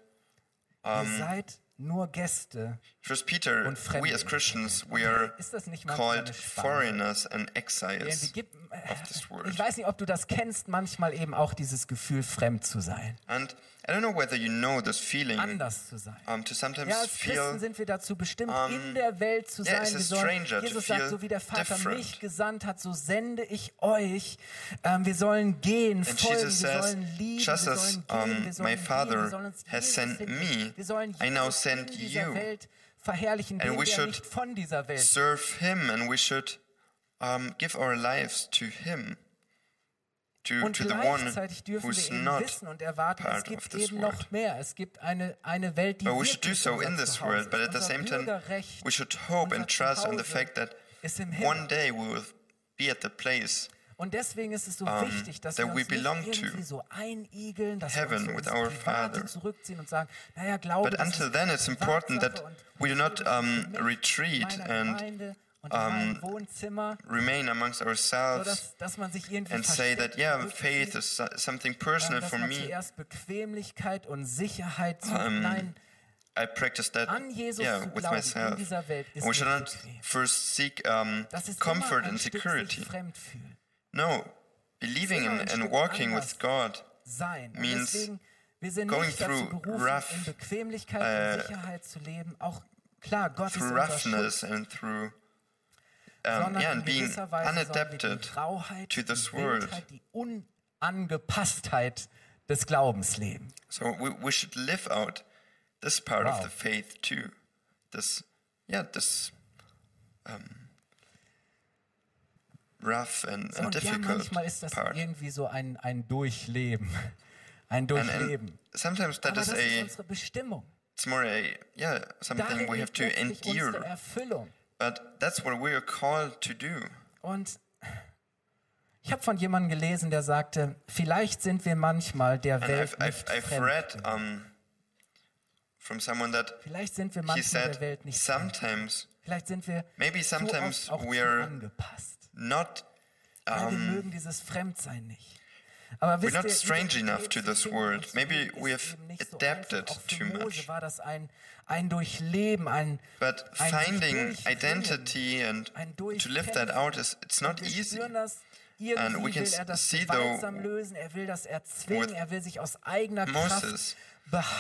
Speaker 3: ihr seid nur Gäste
Speaker 2: First Peter,
Speaker 3: und Fremde.
Speaker 2: we as Christians, we are
Speaker 3: Ist das nicht manchmal
Speaker 2: called
Speaker 3: eine Spannung?
Speaker 2: foreigners and exiles
Speaker 3: Irgendwie gibt-
Speaker 2: of this world.
Speaker 3: Ich weiß nicht, ob du das kennst, manchmal eben auch dieses Gefühl, fremd zu sein,
Speaker 2: And I don't know whether you know this feeling
Speaker 3: anders zu sein.
Speaker 2: um, to sometimes
Speaker 3: Ja, als Christen
Speaker 2: feel
Speaker 3: sind wir dazu bestimmt,
Speaker 2: um,
Speaker 3: in der Welt zu
Speaker 2: yeah,
Speaker 3: sein.
Speaker 2: as a
Speaker 3: Wir sollen,
Speaker 2: stranger to
Speaker 3: Jesus
Speaker 2: feel
Speaker 3: sagt, so wie der Vater
Speaker 2: different.
Speaker 3: mich gesandt hat, so sende ich euch. Ähm, wir sollen gehen,
Speaker 2: And
Speaker 3: folgen,
Speaker 2: Jesus
Speaker 3: wir
Speaker 2: says,
Speaker 3: sollen lieben,
Speaker 2: just
Speaker 3: wir
Speaker 2: as
Speaker 3: sollen gehen,
Speaker 2: um,
Speaker 3: wir sollen
Speaker 2: my
Speaker 3: lieben, wir sollen
Speaker 2: Father
Speaker 3: uns
Speaker 2: has
Speaker 3: Jesus
Speaker 2: sent
Speaker 3: finden.
Speaker 2: me,
Speaker 3: wir sollen
Speaker 2: I now
Speaker 3: Jesus
Speaker 2: send
Speaker 3: in dieser
Speaker 2: you.
Speaker 3: Welt verherrlichen, den
Speaker 2: we
Speaker 3: wir
Speaker 2: should
Speaker 3: nicht von dieser Welt
Speaker 2: Serve Him, and we should um, give our lives to Him, to,
Speaker 3: Und
Speaker 2: to the one
Speaker 3: gleichzeitig dürfen
Speaker 2: who's
Speaker 3: wir eben
Speaker 2: not.
Speaker 3: wissen und erwarten, es
Speaker 2: part of
Speaker 3: gibt
Speaker 2: this
Speaker 3: eben
Speaker 2: world.
Speaker 3: noch mehr. Es gibt eine, eine Welt, die
Speaker 2: But we should do
Speaker 3: wirklich
Speaker 2: so in
Speaker 3: unser
Speaker 2: this
Speaker 3: Zuhause
Speaker 2: world,
Speaker 3: ist.
Speaker 2: but at the
Speaker 3: Unser
Speaker 2: same time,
Speaker 3: Bürgerrecht,
Speaker 2: we should hope
Speaker 3: unser
Speaker 2: and trust on the
Speaker 3: Zuhause
Speaker 2: fact that
Speaker 3: ist im Himmel.
Speaker 2: one day we will be at the place
Speaker 3: Und deswegen ist es so
Speaker 2: um,
Speaker 3: wichtig, dass
Speaker 2: that
Speaker 3: wir
Speaker 2: we
Speaker 3: uns
Speaker 2: belong
Speaker 3: nicht
Speaker 2: to
Speaker 3: irgendwie so einigeln, dass
Speaker 2: heaven
Speaker 3: wir uns
Speaker 2: with
Speaker 3: so
Speaker 2: our
Speaker 3: ins Private
Speaker 2: Father.
Speaker 3: zurückziehen und sagen, naja, glaube
Speaker 2: But
Speaker 3: das
Speaker 2: until
Speaker 3: ist
Speaker 2: then, it's important that
Speaker 3: Privatsache und
Speaker 2: we do not,
Speaker 3: Leben ist
Speaker 2: um,
Speaker 3: für mich,
Speaker 2: retreat
Speaker 3: meiner
Speaker 2: and, um,
Speaker 3: Gemeinde und in meinem Wohnzimmer,
Speaker 2: remain amongst
Speaker 3: so
Speaker 2: ourselves
Speaker 3: dass, dass man sich irgendwie
Speaker 2: and say that,
Speaker 3: versteckt,
Speaker 2: yeah,
Speaker 3: wirklich
Speaker 2: faith is so- something
Speaker 3: Sondern,
Speaker 2: personal
Speaker 3: dass
Speaker 2: for
Speaker 3: man
Speaker 2: me. Um,
Speaker 3: zuerst Bequemlichkeit und Sicherheit sucht. Nein,
Speaker 2: I practice that
Speaker 3: an Jesus
Speaker 2: yeah,
Speaker 3: zu
Speaker 2: with
Speaker 3: glauben in
Speaker 2: myself.
Speaker 3: dieser Welt ist
Speaker 2: And we should
Speaker 3: nicht
Speaker 2: not
Speaker 3: bequem.
Speaker 2: first seek um,
Speaker 3: das ist
Speaker 2: comfort
Speaker 3: immer ein
Speaker 2: and
Speaker 3: Stück
Speaker 2: security.
Speaker 3: Sich fremd fühlen,
Speaker 2: No, believing
Speaker 3: immer
Speaker 2: in,
Speaker 3: ein
Speaker 2: and
Speaker 3: Stück
Speaker 2: walking with
Speaker 3: anders
Speaker 2: God
Speaker 3: sein. Und
Speaker 2: means
Speaker 3: deswegen, wir sind
Speaker 2: going
Speaker 3: nicht dazu
Speaker 2: through
Speaker 3: berufen,
Speaker 2: rough, äh,
Speaker 3: in Bequemlichkeit und Sicherheit zu leben. Auch klar, Gott ist
Speaker 2: through
Speaker 3: unser Schutz,
Speaker 2: roughness and through um,
Speaker 3: sondern
Speaker 2: yeah,
Speaker 3: in
Speaker 2: and being
Speaker 3: gewisser Weise sollen wir
Speaker 2: unadapted.
Speaker 3: die Rauheit,
Speaker 2: to this
Speaker 3: die Wildheit, die Unangepasstheit des Glaubens leben.
Speaker 2: So we, we should live out this part
Speaker 3: Wow.
Speaker 2: of the faith too. This, yeah, this um, rough and,
Speaker 3: So,
Speaker 2: and
Speaker 3: und ja,
Speaker 2: difficult
Speaker 3: manchmal ist das
Speaker 2: part.
Speaker 3: irgendwie so ein, ein Durchleben. Ein
Speaker 2: And,
Speaker 3: Durchleben.
Speaker 2: and sometimes that
Speaker 3: Aber
Speaker 2: is
Speaker 3: das ist
Speaker 2: a,
Speaker 3: unsere Bestimmung.
Speaker 2: it's more a, yeah, something
Speaker 3: Darin
Speaker 2: we have
Speaker 3: liegt
Speaker 2: to
Speaker 3: letztlich unsere
Speaker 2: endure.
Speaker 3: Erfüllung.
Speaker 2: But that's what we are called to do.
Speaker 3: Und ich habe von jemandem gelesen, der sagte, vielleicht sind wir manchmal der
Speaker 2: And I've,
Speaker 3: Welt
Speaker 2: I've,
Speaker 3: nicht
Speaker 2: I've
Speaker 3: fremd.
Speaker 2: read um, from someone that
Speaker 3: Vielleicht sind wir
Speaker 2: he
Speaker 3: manchmal der
Speaker 2: said
Speaker 3: Welt nicht fremd.
Speaker 2: sometimes
Speaker 3: Vielleicht sind wir
Speaker 2: maybe
Speaker 3: zu
Speaker 2: sometimes
Speaker 3: oft auch
Speaker 2: we
Speaker 3: zu
Speaker 2: are
Speaker 3: angepasst.
Speaker 2: not
Speaker 3: Weil wir
Speaker 2: um,
Speaker 3: mögen dieses Fremdsein nicht. Aber wisst
Speaker 2: not
Speaker 3: ihr,
Speaker 2: strange
Speaker 3: Identität
Speaker 2: enough
Speaker 3: zu
Speaker 2: to this
Speaker 3: finden
Speaker 2: world.
Speaker 3: und zu
Speaker 2: Maybe
Speaker 3: leben,
Speaker 2: we
Speaker 3: ist
Speaker 2: have
Speaker 3: eben nicht so
Speaker 2: adapted
Speaker 3: einfach. Auch für
Speaker 2: too
Speaker 3: Mose
Speaker 2: much.
Speaker 3: war das ein, ein Durchleben, ein,
Speaker 2: But
Speaker 3: ein
Speaker 2: finding
Speaker 3: Durchringen,
Speaker 2: identity and
Speaker 3: ein
Speaker 2: to live
Speaker 3: Durchkämpfen.
Speaker 2: that out is it's not
Speaker 3: wir
Speaker 2: easy.
Speaker 3: spüren das. Irgendwie
Speaker 2: And we can
Speaker 3: will er das
Speaker 2: see though
Speaker 3: gewaltsam lösen, er will das erzwingen,
Speaker 2: with
Speaker 3: er will sich aus eigener
Speaker 2: Moses, um,
Speaker 3: Kraft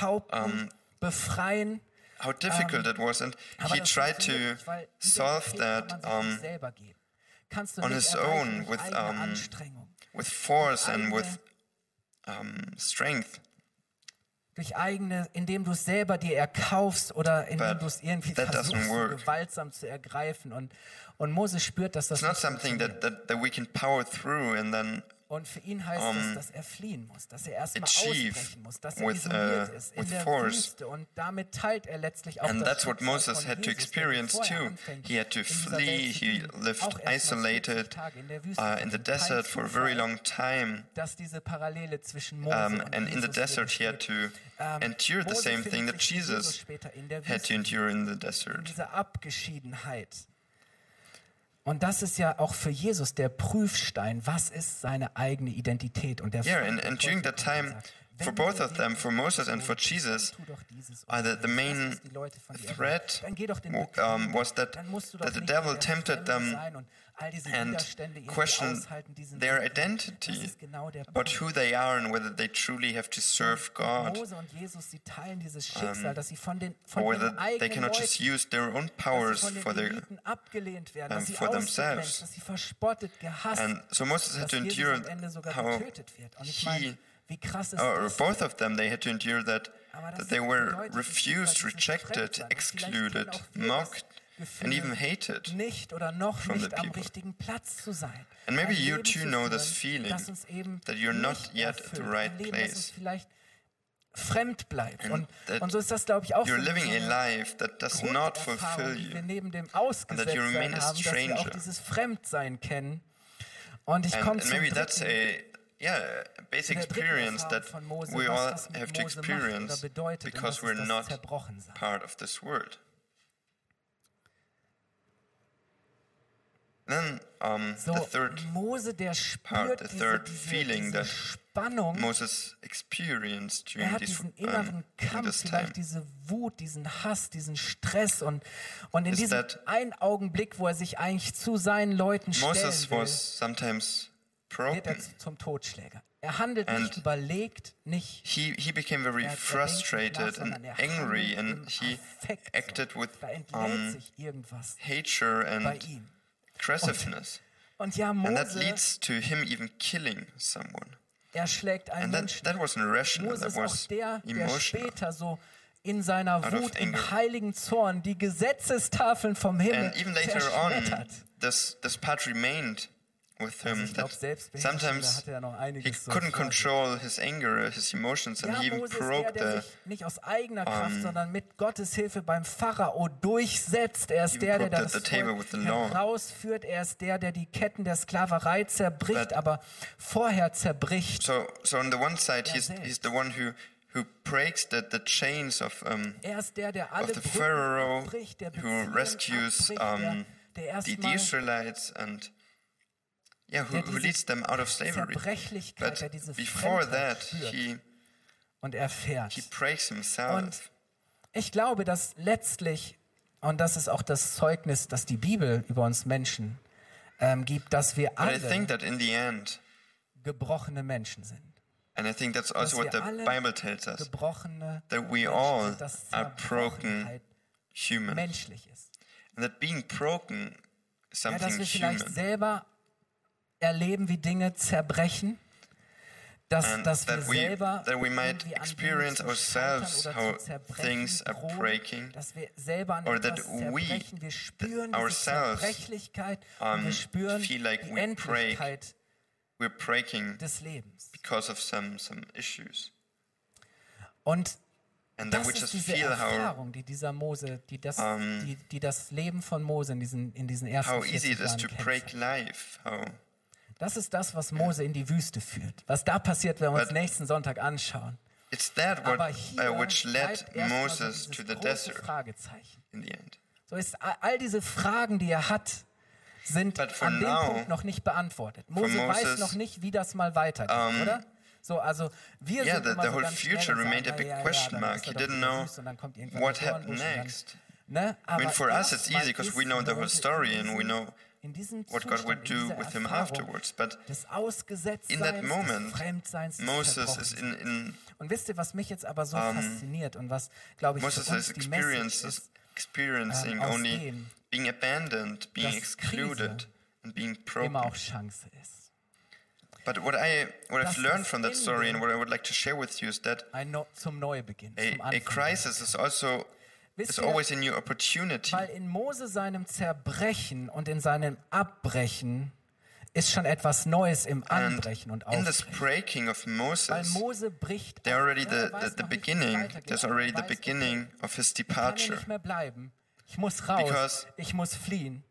Speaker 3: behaupten, befreien.
Speaker 2: How difficult it was, and
Speaker 3: Ähm, Aber
Speaker 2: he
Speaker 3: das
Speaker 2: tried to
Speaker 3: funktioniert nicht, weil Identität
Speaker 2: solve
Speaker 3: kann
Speaker 2: that
Speaker 3: man sich nicht
Speaker 2: um,
Speaker 3: selber geben. Kannst du
Speaker 2: on
Speaker 3: nicht
Speaker 2: his
Speaker 3: erreichen
Speaker 2: own
Speaker 3: durch
Speaker 2: with,
Speaker 3: eigene
Speaker 2: um,
Speaker 3: Anstrengung,
Speaker 2: with force and
Speaker 3: eigene-
Speaker 2: with um, strength.
Speaker 3: durch eigene, indem du es selber dir erkaufst oder indem
Speaker 2: But
Speaker 3: du es irgendwie
Speaker 2: that doesn't
Speaker 3: versuchst, so
Speaker 2: work.
Speaker 3: gewaltsam zu ergreifen. Und, und Moses spürt, dass das
Speaker 2: It's not
Speaker 3: nicht
Speaker 2: something that, that, that we can power through and then
Speaker 3: Und für ihn heißt das, dass er fliehen muss, dass er erstmal
Speaker 2: Um, achieve
Speaker 3: ausbrechen muss, dass er
Speaker 2: with,
Speaker 3: isoliert
Speaker 2: uh,
Speaker 3: ist in
Speaker 2: with
Speaker 3: der
Speaker 2: force.
Speaker 3: Wüste und damit teilt er letztlich auch
Speaker 2: And
Speaker 3: das
Speaker 2: that's what
Speaker 3: Schicksal
Speaker 2: Moses
Speaker 3: von
Speaker 2: had
Speaker 3: Jesus,
Speaker 2: to
Speaker 3: der
Speaker 2: experience
Speaker 3: bevor er
Speaker 2: too.
Speaker 3: anfängt,
Speaker 2: He had to
Speaker 3: in dieser
Speaker 2: flee,
Speaker 3: Welt zu
Speaker 2: he
Speaker 3: dienen,
Speaker 2: lived
Speaker 3: auch erstmal 40
Speaker 2: isolated,
Speaker 3: Tage in der Wüste.
Speaker 2: uh, in the
Speaker 3: Und kein
Speaker 2: desert for a very
Speaker 3: Zufall,
Speaker 2: long time.
Speaker 3: Dass diese Parallele zwischen Mose
Speaker 2: Um,
Speaker 3: und
Speaker 2: and in the
Speaker 3: Jesus
Speaker 2: desert, he had
Speaker 3: besteht.
Speaker 2: to
Speaker 3: Ähm,
Speaker 2: endure the
Speaker 3: Mose
Speaker 2: same
Speaker 3: findet
Speaker 2: thing that
Speaker 3: sich mit Jesus
Speaker 2: Jesus
Speaker 3: später in der
Speaker 2: had to
Speaker 3: Wüste.
Speaker 2: endure in the
Speaker 3: in
Speaker 2: desert.
Speaker 3: dieser Abgeschiedenheit. Und das ist ja auch für Jesus der Prüfstein, was ist seine eigene Identität und der
Speaker 2: Yeah,
Speaker 3: Feind
Speaker 2: and,
Speaker 3: der
Speaker 2: and
Speaker 3: Teufel
Speaker 2: during that
Speaker 3: kommt und
Speaker 2: time,
Speaker 3: sagt,
Speaker 2: for
Speaker 3: wenn
Speaker 2: both
Speaker 3: du
Speaker 2: of them, for Moses and for Jesus,
Speaker 3: tu doch dieses und
Speaker 2: uh, the,
Speaker 3: jenes, lass
Speaker 2: the main
Speaker 3: uns die Leute von dir erwarten.
Speaker 2: threat
Speaker 3: Dann geh doch den
Speaker 2: w-
Speaker 3: Bequemen
Speaker 2: um,
Speaker 3: Weg.
Speaker 2: was that,
Speaker 3: Dann musst du doch
Speaker 2: that the
Speaker 3: nicht mehr
Speaker 2: devil
Speaker 3: der
Speaker 2: tempted
Speaker 3: Fremde
Speaker 2: them
Speaker 3: sein und all diese
Speaker 2: and
Speaker 3: Widerstände irgendwie
Speaker 2: questioned
Speaker 3: aushalten, diesen
Speaker 2: their
Speaker 3: Weg. Das
Speaker 2: identity
Speaker 3: ist genau der
Speaker 2: about
Speaker 3: Punkt.
Speaker 2: who they are and whether they truly have to serve God
Speaker 3: Mose und Jesus, sie teilen dieses Schicksal, dass sie von den von
Speaker 2: Um, or
Speaker 3: ihren
Speaker 2: whether they
Speaker 3: eigenen
Speaker 2: cannot just
Speaker 3: Leuten
Speaker 2: use their own
Speaker 3: dass
Speaker 2: powers
Speaker 3: sie von den
Speaker 2: for their.
Speaker 3: Eliten abgelehnt werden,
Speaker 2: um,
Speaker 3: dass sie
Speaker 2: for themselves.
Speaker 3: ausgegrenzt, dass sie verspottet, gehasst,
Speaker 2: And so Moses had
Speaker 3: dass
Speaker 2: to
Speaker 3: Jesus
Speaker 2: endure
Speaker 3: am Ende sogar
Speaker 2: how
Speaker 3: getötet wird. Und ich
Speaker 2: he
Speaker 3: meine, wie krass ist
Speaker 2: or
Speaker 3: das?
Speaker 2: both of them, they had to endure that,
Speaker 3: Aber das
Speaker 2: that they were
Speaker 3: bedeutet, dass
Speaker 2: refused,
Speaker 3: wir dieses
Speaker 2: rejected,
Speaker 3: Fremdsein und vielleicht kennen
Speaker 2: excluded,
Speaker 3: auch wir
Speaker 2: mocked,
Speaker 3: das
Speaker 2: and
Speaker 3: Gefühl,
Speaker 2: even hated.
Speaker 3: Nicht oder noch
Speaker 2: from the
Speaker 3: nicht am
Speaker 2: people.
Speaker 3: richtigen Platz zu sein.
Speaker 2: And maybe
Speaker 3: Ein
Speaker 2: you
Speaker 3: Leben
Speaker 2: too
Speaker 3: zu
Speaker 2: know this
Speaker 3: führen,
Speaker 2: feeling
Speaker 3: das uns eben
Speaker 2: that you're not
Speaker 3: nicht
Speaker 2: yet at the
Speaker 3: erfüllt.
Speaker 2: right
Speaker 3: Ein Leben, das uns
Speaker 2: place.
Speaker 3: vielleicht fremd bleibt.
Speaker 2: And
Speaker 3: Und,
Speaker 2: that
Speaker 3: und so ist das, glaube ich, auch
Speaker 2: You're
Speaker 3: so ein-
Speaker 2: living
Speaker 3: so
Speaker 2: a
Speaker 3: eine
Speaker 2: life that does not fulfill
Speaker 3: Grunderfahrung, die wir
Speaker 2: you.
Speaker 3: neben dem Ausgesetztsein
Speaker 2: remain
Speaker 3: haben,
Speaker 2: a
Speaker 3: dass wir auch
Speaker 2: stranger.
Speaker 3: dieses Fremdsein kennen. Und ich
Speaker 2: And,
Speaker 3: komme
Speaker 2: and
Speaker 3: zum
Speaker 2: maybe that's
Speaker 3: dritten,
Speaker 2: a yeah a basic
Speaker 3: der dritten
Speaker 2: experience that
Speaker 3: Erfahrung von Mose,
Speaker 2: we
Speaker 3: was
Speaker 2: all
Speaker 3: das mit
Speaker 2: have to
Speaker 3: Mose macht oder
Speaker 2: experience
Speaker 3: bedeutet, und
Speaker 2: because
Speaker 3: das
Speaker 2: we're
Speaker 3: ist das
Speaker 2: not
Speaker 3: Zerbrochensein.
Speaker 2: part of this world. Then um, the
Speaker 3: So, hmm?
Speaker 2: third
Speaker 3: Mose, der
Speaker 2: part,
Speaker 3: spürt
Speaker 2: the
Speaker 3: diese,
Speaker 2: third
Speaker 3: diese,
Speaker 2: feeling
Speaker 3: diese
Speaker 2: that
Speaker 3: Spannung.
Speaker 2: Moses experienced
Speaker 3: Er
Speaker 2: during
Speaker 3: hat
Speaker 2: this,
Speaker 3: diesen
Speaker 2: um,
Speaker 3: inneren
Speaker 2: during
Speaker 3: Kampf,
Speaker 2: this time.
Speaker 3: vielleicht diese Wut, diesen Hass, diesen Stress und, und in
Speaker 2: Is
Speaker 3: diesem
Speaker 2: that-
Speaker 3: einen Augenblick, wo er sich eigentlich zu seinen Leuten
Speaker 2: Moses
Speaker 3: stellen will,
Speaker 2: was sometimes
Speaker 3: wird er
Speaker 2: broken.
Speaker 3: zum Totschläger. Er handelt
Speaker 2: And-
Speaker 3: nicht, überlegt nicht.
Speaker 2: He, he became very
Speaker 3: Er- er denkt nicht
Speaker 2: frustrated
Speaker 3: nach, sondern
Speaker 2: and
Speaker 3: er
Speaker 2: angry,
Speaker 3: handelt
Speaker 2: and
Speaker 3: im
Speaker 2: he
Speaker 3: Affekt so.
Speaker 2: acted with
Speaker 3: Da entlädt
Speaker 2: um,
Speaker 3: sich irgendwas
Speaker 2: hatred
Speaker 3: bei
Speaker 2: and
Speaker 3: ihm.
Speaker 2: aggressiveness.
Speaker 3: Und ja,
Speaker 2: And that
Speaker 3: Mose,
Speaker 2: leads to him even killing someone.
Speaker 3: er schlägt einen
Speaker 2: And that,
Speaker 3: Menschen.
Speaker 2: that wasn't rational,
Speaker 3: Mose
Speaker 2: that
Speaker 3: ist auch
Speaker 2: was
Speaker 3: der, der
Speaker 2: emotional.
Speaker 3: später so in seiner
Speaker 2: Out of
Speaker 3: Wut, im
Speaker 2: anger.
Speaker 3: heiligen Zorn, die Gesetzestafeln vom Himmel
Speaker 2: And even later on,
Speaker 3: zerschmettert.
Speaker 2: this, this part remained with him.
Speaker 3: ich glaub,
Speaker 2: That
Speaker 3: selbstbeherrschend, da
Speaker 2: sometimes
Speaker 3: hatte er noch
Speaker 2: he
Speaker 3: einiges so
Speaker 2: couldn't
Speaker 3: vor sich.
Speaker 2: control his anger, his emotions, and
Speaker 3: Ja,
Speaker 2: he even
Speaker 3: Mose ist der,
Speaker 2: broke
Speaker 3: der
Speaker 2: the
Speaker 3: sich nicht aus eigener
Speaker 2: ähm,
Speaker 3: Kraft, sondern mit Gottes Hilfe beim Pharao durchsetzt. Er ist
Speaker 2: even
Speaker 3: der, der
Speaker 2: broke
Speaker 3: das
Speaker 2: the- the table
Speaker 3: Volk
Speaker 2: with the law.
Speaker 3: herausführt. Er ist der, der die Ketten der Sklaverei zerbricht,
Speaker 2: That-
Speaker 3: aber vorher zerbricht.
Speaker 2: So, so on the one side,
Speaker 3: Ja,
Speaker 2: he's,
Speaker 3: selbst.
Speaker 2: he's the one who, who breaks the, the chains of um,
Speaker 3: Er ist der, der
Speaker 2: of
Speaker 3: alle
Speaker 2: the
Speaker 3: Brücken
Speaker 2: Pharaoh
Speaker 3: abbricht, der
Speaker 2: who
Speaker 3: Beziehungen
Speaker 2: rescues
Speaker 3: abbricht,
Speaker 2: um,
Speaker 3: der, der
Speaker 2: the, the
Speaker 3: erstmal
Speaker 2: Israelites and yeah, who,
Speaker 3: der
Speaker 2: who
Speaker 3: diese
Speaker 2: leads them out of slavery.
Speaker 3: Zerbrechlichkeit,
Speaker 2: But
Speaker 3: der diese
Speaker 2: before
Speaker 3: Fremdheit
Speaker 2: that,
Speaker 3: spürt
Speaker 2: he
Speaker 3: und erfährt.
Speaker 2: he breaks
Speaker 3: Und
Speaker 2: himself.
Speaker 3: ich glaube, dass letztlich, und das ist auch das Zeugnis, das die Bibel über uns Menschen ähm, gibt, dass wir
Speaker 2: But I think
Speaker 3: alle
Speaker 2: that in the end,
Speaker 3: gebrochene Menschen sind.
Speaker 2: and I think that's
Speaker 3: Dass
Speaker 2: also what
Speaker 3: wir
Speaker 2: the
Speaker 3: alle
Speaker 2: Bible tells us,
Speaker 3: gebrochene
Speaker 2: that we
Speaker 3: Menschen
Speaker 2: all
Speaker 3: sind, dass
Speaker 2: are broken
Speaker 3: Zerbrochenheit
Speaker 2: human, and
Speaker 3: menschlich ist.
Speaker 2: that being broken is
Speaker 3: Ja,
Speaker 2: something
Speaker 3: dass wir vielleicht
Speaker 2: human.
Speaker 3: selber erleben, wie Dinge zerbrechen. Dass,
Speaker 2: and
Speaker 3: dass wir
Speaker 2: that we
Speaker 3: selber
Speaker 2: that we might
Speaker 3: irgendwie an Dingen
Speaker 2: experience
Speaker 3: zu
Speaker 2: ourselves
Speaker 3: scheitern
Speaker 2: how
Speaker 3: oder zu zerbrechen
Speaker 2: things are
Speaker 3: drohen,
Speaker 2: breaking
Speaker 3: dass wir selber an
Speaker 2: or that
Speaker 3: etwas
Speaker 2: we-
Speaker 3: zerbrechen. Wir
Speaker 2: that
Speaker 3: spüren diese
Speaker 2: ourselves,
Speaker 3: Zerbrechlichkeit und wir
Speaker 2: um,
Speaker 3: spüren
Speaker 2: feel like
Speaker 3: die
Speaker 2: we break
Speaker 3: Endlichkeit
Speaker 2: we're breaking
Speaker 3: des Lebens.
Speaker 2: because of some some issues
Speaker 3: Und
Speaker 2: and then
Speaker 3: das
Speaker 2: we
Speaker 3: ist
Speaker 2: just
Speaker 3: diese
Speaker 2: feel how
Speaker 3: Erfahrung, die dieser Mose, die das,
Speaker 2: um,
Speaker 3: die, die das Leben von Mose in diesen, in diesen ersten
Speaker 2: how easy it
Speaker 3: 40
Speaker 2: is
Speaker 3: Jahren
Speaker 2: to
Speaker 3: kennt.
Speaker 2: break life how
Speaker 3: Das ist das, was Mose in die Wüste führt. Was da passiert, wenn wir uns
Speaker 2: But-
Speaker 3: nächsten Sonntag anschauen.
Speaker 2: it's that what
Speaker 3: Aber
Speaker 2: uh,
Speaker 3: hier
Speaker 2: which led
Speaker 3: bleibt erstmal
Speaker 2: Moses
Speaker 3: so
Speaker 2: to
Speaker 3: dieses
Speaker 2: the
Speaker 3: große
Speaker 2: desert
Speaker 3: Fragezeichen.
Speaker 2: in the end
Speaker 3: So ist all all diese Fragen, die er hat, sind
Speaker 2: But for
Speaker 3: an dem
Speaker 2: now-
Speaker 3: Punkt noch nicht beantwortet. Mose weiß
Speaker 2: Moses,
Speaker 3: noch nicht, wie das mal weitergeht,
Speaker 2: um,
Speaker 3: oder? So, also wir
Speaker 2: yeah,
Speaker 3: sind
Speaker 2: the-
Speaker 3: immer
Speaker 2: the
Speaker 3: so
Speaker 2: whole
Speaker 3: ganz schnell
Speaker 2: future
Speaker 3: und sagen,
Speaker 2: remained a
Speaker 3: na
Speaker 2: big
Speaker 3: ja, ja,
Speaker 2: question
Speaker 3: dann
Speaker 2: mark.
Speaker 3: ist
Speaker 2: He
Speaker 3: er doch
Speaker 2: didn't
Speaker 3: wieder
Speaker 2: know
Speaker 3: süß und dann kommt irgendwann
Speaker 2: what
Speaker 3: der
Speaker 2: happened
Speaker 3: Dornbusch und dann-
Speaker 2: next.
Speaker 3: Ne?
Speaker 2: I mean,
Speaker 3: Aber
Speaker 2: for us it's
Speaker 3: erstmal
Speaker 2: easy because
Speaker 3: ist
Speaker 2: we know the whole
Speaker 3: Mose in
Speaker 2: story and we
Speaker 3: diesem-
Speaker 2: know
Speaker 3: in diesem
Speaker 2: what God will
Speaker 3: Zustand, in
Speaker 2: do
Speaker 3: dieser
Speaker 2: with him
Speaker 3: Erfahrung
Speaker 2: afterwards but
Speaker 3: Des Ausgesetztseins,
Speaker 2: in that moment
Speaker 3: des Fremdseins, des
Speaker 2: Moses is
Speaker 3: Zerbrochens.
Speaker 2: in in
Speaker 3: Und wisst ihr, was mich jetzt aber so fasziniert und was, glaube ich,
Speaker 2: Moses
Speaker 3: für uns
Speaker 2: is
Speaker 3: die Message
Speaker 2: experiences,
Speaker 3: ist,
Speaker 2: experiencing
Speaker 3: ähm, aus
Speaker 2: only
Speaker 3: dem,
Speaker 2: being abandoned, being
Speaker 3: dass
Speaker 2: excluded,
Speaker 3: Krise
Speaker 2: and being
Speaker 3: immer
Speaker 2: broken.
Speaker 3: auch Chance ist.
Speaker 2: But what I what I've
Speaker 3: dass
Speaker 2: learned
Speaker 3: das
Speaker 2: from that story
Speaker 3: Ende-
Speaker 2: and what I would like to share with you is that
Speaker 3: Ein no zum Neubeginn,
Speaker 2: a,
Speaker 3: zum
Speaker 2: a
Speaker 3: Anfang.
Speaker 2: crisis is also
Speaker 3: Wisst
Speaker 2: is
Speaker 3: ihr,
Speaker 2: always a new opportunity.
Speaker 3: weil in Mose seinem Zerbrechen und in seinem Abbrechen ist schon etwas Neues im
Speaker 2: And
Speaker 3: Anbrechen und
Speaker 2: in this
Speaker 3: Aufbrechen.
Speaker 2: breaking of
Speaker 3: Weil
Speaker 2: Moses,
Speaker 3: Mose bricht
Speaker 2: there
Speaker 3: ab.
Speaker 2: already
Speaker 3: Ja, er
Speaker 2: the,
Speaker 3: weiß
Speaker 2: the, the
Speaker 3: noch nicht, wie es
Speaker 2: beginning.
Speaker 3: weitergeht,
Speaker 2: There's
Speaker 3: aber er
Speaker 2: already the
Speaker 3: weiß, okay,
Speaker 2: beginning of his
Speaker 3: Ich kann hier
Speaker 2: departure.
Speaker 3: nicht mehr bleiben. Ich muss raus.
Speaker 2: Because-
Speaker 3: ich muss fliehen.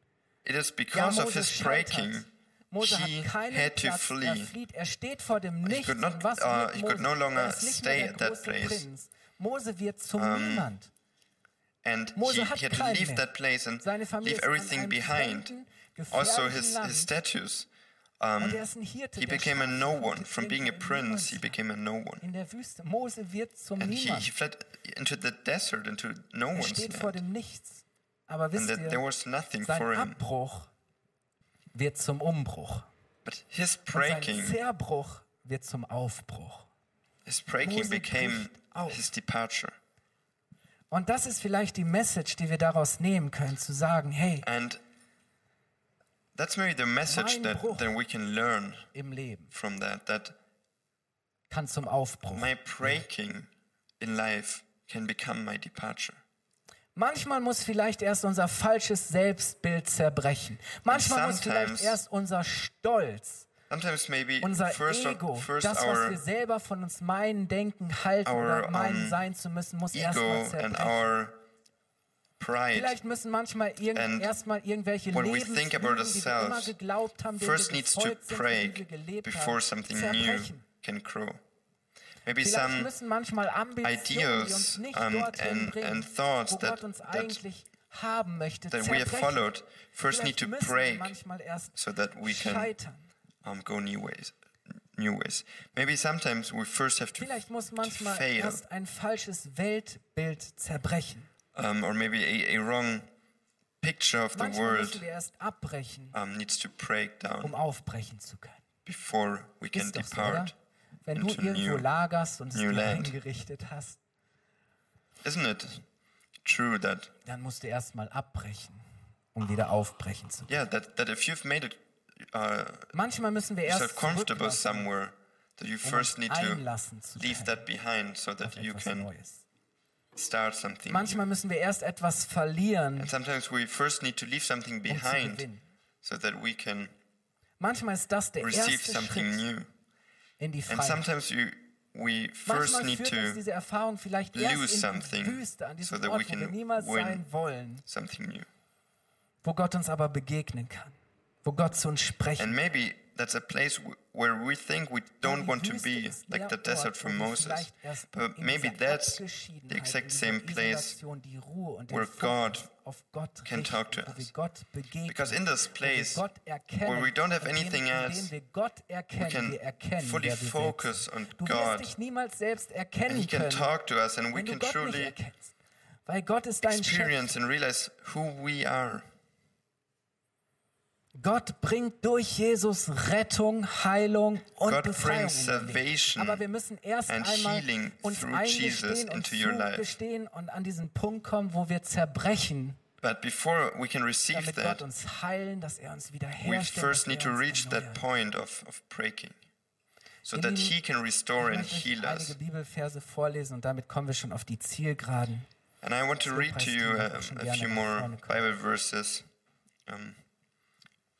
Speaker 2: It is
Speaker 3: Ja,
Speaker 2: because of
Speaker 3: Mose
Speaker 2: his
Speaker 3: scheitert.
Speaker 2: breaking
Speaker 3: Mose
Speaker 2: he
Speaker 3: hat keinen
Speaker 2: had to
Speaker 3: Platz, er
Speaker 2: flee.
Speaker 3: flieht, er steht vor dem Nichts.
Speaker 2: could not-
Speaker 3: und was
Speaker 2: uh,
Speaker 3: wird
Speaker 2: he could
Speaker 3: Mose?
Speaker 2: no longer
Speaker 3: er ist nicht mehr
Speaker 2: stay
Speaker 3: der
Speaker 2: at that
Speaker 3: große
Speaker 2: place. Um,
Speaker 3: Prinz. Mose wird zum Niemand.
Speaker 2: And
Speaker 3: Mose
Speaker 2: he,
Speaker 3: hat
Speaker 2: he had to
Speaker 3: keinen
Speaker 2: leave
Speaker 3: mehr.
Speaker 2: that place and
Speaker 3: Seine Familie
Speaker 2: leave
Speaker 3: ist an
Speaker 2: everything
Speaker 3: einem
Speaker 2: behind.
Speaker 3: fremden,
Speaker 2: Also
Speaker 3: gefährlichen
Speaker 2: his,
Speaker 3: Land.
Speaker 2: his status. um,
Speaker 3: und er ist ein Hirte,
Speaker 2: He
Speaker 3: der
Speaker 2: became a
Speaker 3: Schafe
Speaker 2: no
Speaker 3: hütet
Speaker 2: one. From being a
Speaker 3: irgendwo im
Speaker 2: prince, he
Speaker 3: Niemandsland,
Speaker 2: became a no one.
Speaker 3: in der Wüste. Mose wird zum
Speaker 2: And he, he
Speaker 3: Niemand.
Speaker 2: fled into the desert, into no
Speaker 3: Er
Speaker 2: one's
Speaker 3: steht vor
Speaker 2: land.
Speaker 3: dem Nichts. Aber
Speaker 2: And
Speaker 3: wisst
Speaker 2: that there
Speaker 3: ihr,
Speaker 2: was nothing for
Speaker 3: sein
Speaker 2: him.
Speaker 3: Abbruch wird zum Umbruch.
Speaker 2: But his
Speaker 3: Und sein
Speaker 2: breaking,
Speaker 3: Zerbruch wird zum Aufbruch.
Speaker 2: his breaking
Speaker 3: Mose
Speaker 2: became
Speaker 3: bricht auf.
Speaker 2: his departure.
Speaker 3: Und das ist vielleicht die Message, die wir daraus nehmen können, zu sagen, hey,
Speaker 2: And that's maybe the message
Speaker 3: Mein
Speaker 2: that,
Speaker 3: Bruch.
Speaker 2: that we can learn
Speaker 3: im Leben
Speaker 2: from that, that
Speaker 3: kann zum Aufbruch.
Speaker 2: my breaking in life can become my departure.
Speaker 3: Manchmal muss vielleicht erst unser falsches Selbstbild zerbrechen. Manchmal muss vielleicht
Speaker 2: sometimes-
Speaker 3: erst unser Stolz,
Speaker 2: Sometimes maybe
Speaker 3: unser
Speaker 2: first,
Speaker 3: Ego,
Speaker 2: first
Speaker 3: das, was
Speaker 2: our
Speaker 3: wir selber von uns meinen, denken, halten
Speaker 2: our,
Speaker 3: oder meinen,
Speaker 2: um,
Speaker 3: sein zu müssen, muss erstmal
Speaker 2: ego and
Speaker 3: zerbrechen.
Speaker 2: our pride
Speaker 3: Vielleicht müssen manchmal
Speaker 2: And
Speaker 3: irgend, erstmal irgendwelche
Speaker 2: when we
Speaker 3: Lebenslügen,
Speaker 2: think about
Speaker 3: die wir immer
Speaker 2: ourselves,
Speaker 3: geglaubt haben, denen
Speaker 2: first
Speaker 3: wir
Speaker 2: needs to
Speaker 3: gefolgt sind, die wir
Speaker 2: break
Speaker 3: gelebt
Speaker 2: before
Speaker 3: haben,
Speaker 2: something new
Speaker 3: zerbrechen.
Speaker 2: can grow. Maybe
Speaker 3: Vielleicht
Speaker 2: some
Speaker 3: müssen manchmal Ambitionen, die uns
Speaker 2: ideals
Speaker 3: nicht
Speaker 2: um,
Speaker 3: dorthin
Speaker 2: and,
Speaker 3: bringen,
Speaker 2: and thoughts
Speaker 3: wo
Speaker 2: that,
Speaker 3: Gott uns
Speaker 2: that
Speaker 3: eigentlich haben möchte,
Speaker 2: that we have
Speaker 3: zerbrechen.
Speaker 2: followed first
Speaker 3: Vielleicht
Speaker 2: need to
Speaker 3: müssen wir
Speaker 2: break
Speaker 3: manchmal erst
Speaker 2: so that we can
Speaker 3: scheitern.
Speaker 2: um, go new ways. New ways. Maybe sometimes we first have to,
Speaker 3: Vielleicht muss
Speaker 2: to
Speaker 3: manchmal
Speaker 2: fail,
Speaker 3: erst ein falsches Weltbild zerbrechen.
Speaker 2: um, or maybe a, a wrong picture of the
Speaker 3: Manchmal müssen
Speaker 2: world
Speaker 3: wir erst abbrechen,
Speaker 2: um, needs to break down
Speaker 3: um aufbrechen zu können.
Speaker 2: before we can
Speaker 3: Ist doch so, oder?
Speaker 2: depart.
Speaker 3: Wenn du
Speaker 2: into
Speaker 3: irgendwo
Speaker 2: new-
Speaker 3: lagerst und es
Speaker 2: new
Speaker 3: dir
Speaker 2: land.
Speaker 3: eingerichtet hast,
Speaker 2: Isn't it true that
Speaker 3: dann musst du erstmal abbrechen, um wieder aufbrechen zu können.
Speaker 2: yeah that, that if you've made it uh,
Speaker 3: Manchmal müssen wir
Speaker 2: yourself
Speaker 3: erst
Speaker 2: comfortable
Speaker 3: zurücklassen,
Speaker 2: somewhere, that you
Speaker 3: um uns
Speaker 2: first need to
Speaker 3: einlassen zu
Speaker 2: leave
Speaker 3: können
Speaker 2: that behind so
Speaker 3: auf
Speaker 2: that you
Speaker 3: etwas
Speaker 2: can
Speaker 3: Neues.
Speaker 2: start something. new.
Speaker 3: Manchmal müssen wir erst etwas verlieren,
Speaker 2: And sometimes we first need to leave something
Speaker 3: um zu
Speaker 2: behind
Speaker 3: gewinnen.
Speaker 2: so that we can
Speaker 3: Manchmal ist das der
Speaker 2: receive
Speaker 3: erste
Speaker 2: something
Speaker 3: Schritt
Speaker 2: new.
Speaker 3: in die
Speaker 2: And
Speaker 3: Freiheit.
Speaker 2: sometimes you, we first
Speaker 3: Manchmal
Speaker 2: need
Speaker 3: führt uns
Speaker 2: to
Speaker 3: diese Erfahrung vielleicht
Speaker 2: lose
Speaker 3: erst in die
Speaker 2: something
Speaker 3: Wüste, an
Speaker 2: so
Speaker 3: diesem
Speaker 2: that we
Speaker 3: Ort, wo
Speaker 2: can
Speaker 3: wir niemals
Speaker 2: win.
Speaker 3: sein wollen,
Speaker 2: something new.
Speaker 3: wo Gott uns aber begegnen kann, wo Gott zu uns sprechen
Speaker 2: And maybe that's a place w- where we think we don't
Speaker 3: die
Speaker 2: want to
Speaker 3: Wüste
Speaker 2: be,
Speaker 3: ist
Speaker 2: like
Speaker 3: der
Speaker 2: the desert
Speaker 3: Ort, wo
Speaker 2: for
Speaker 3: wir
Speaker 2: Moses.
Speaker 3: vielleicht erst
Speaker 2: But
Speaker 3: in
Speaker 2: maybe
Speaker 3: dieser
Speaker 2: that's the
Speaker 3: Abgeschiedenheit, in
Speaker 2: exact
Speaker 3: dieser
Speaker 2: same place
Speaker 3: Isolation die Ruhe und den
Speaker 2: where
Speaker 3: Fokus
Speaker 2: God
Speaker 3: auf Gott
Speaker 2: can
Speaker 3: richten,
Speaker 2: talk to
Speaker 3: wo wir
Speaker 2: us.
Speaker 3: Gott begegnen,
Speaker 2: Because in this
Speaker 3: wo wir
Speaker 2: place
Speaker 3: Gott erkennen,
Speaker 2: where we don't have
Speaker 3: indem-
Speaker 2: anything
Speaker 3: indem
Speaker 2: else,
Speaker 3: wir Gott erkennen,
Speaker 2: can
Speaker 3: wir erkennen,
Speaker 2: fully
Speaker 3: wer wir
Speaker 2: focus
Speaker 3: sind.
Speaker 2: on
Speaker 3: du
Speaker 2: God.
Speaker 3: wirst dich niemals selbst
Speaker 2: And
Speaker 3: erkennen
Speaker 2: he can
Speaker 3: können,
Speaker 2: talk to us, and we
Speaker 3: wenn du
Speaker 2: can
Speaker 3: Gott nicht
Speaker 2: truly
Speaker 3: erkennst. Weil Gott ist dein Schöpfer.
Speaker 2: experience and realize who we are.
Speaker 3: Gott bringt durch Jesus Rettung, Heilung und
Speaker 2: God
Speaker 3: Befreiung.
Speaker 2: brings
Speaker 3: in dein Leben.
Speaker 2: salvation
Speaker 3: Aber wir müssen erst
Speaker 2: and
Speaker 3: einmal
Speaker 2: healing
Speaker 3: uns
Speaker 2: through Jesus
Speaker 3: eingestehen und
Speaker 2: into your life.
Speaker 3: zugestehen und an diesen Punkt kommen, wo wir zerbrechen,
Speaker 2: But before we can receive
Speaker 3: damit Gott
Speaker 2: that,
Speaker 3: uns heilen, dass er uns
Speaker 2: we
Speaker 3: wiederherstellt.
Speaker 2: first
Speaker 3: dass
Speaker 2: need
Speaker 3: er
Speaker 2: to
Speaker 3: uns
Speaker 2: reach that
Speaker 3: erneuert.
Speaker 2: point of, of breaking so
Speaker 3: Ihr
Speaker 2: that
Speaker 3: Lieben,
Speaker 2: he can restore
Speaker 3: Ich
Speaker 2: and
Speaker 3: möchte euch
Speaker 2: heal
Speaker 3: einige
Speaker 2: us.
Speaker 3: Bibelverse vorlesen und damit kommen wir schon auf die Zielgeraden.
Speaker 2: And I want to read to you
Speaker 3: Lobpreisteam
Speaker 2: um,
Speaker 3: auch schon
Speaker 2: a
Speaker 3: gerne
Speaker 2: few
Speaker 3: nach
Speaker 2: more
Speaker 3: vorne kommen.
Speaker 2: Bible verses um,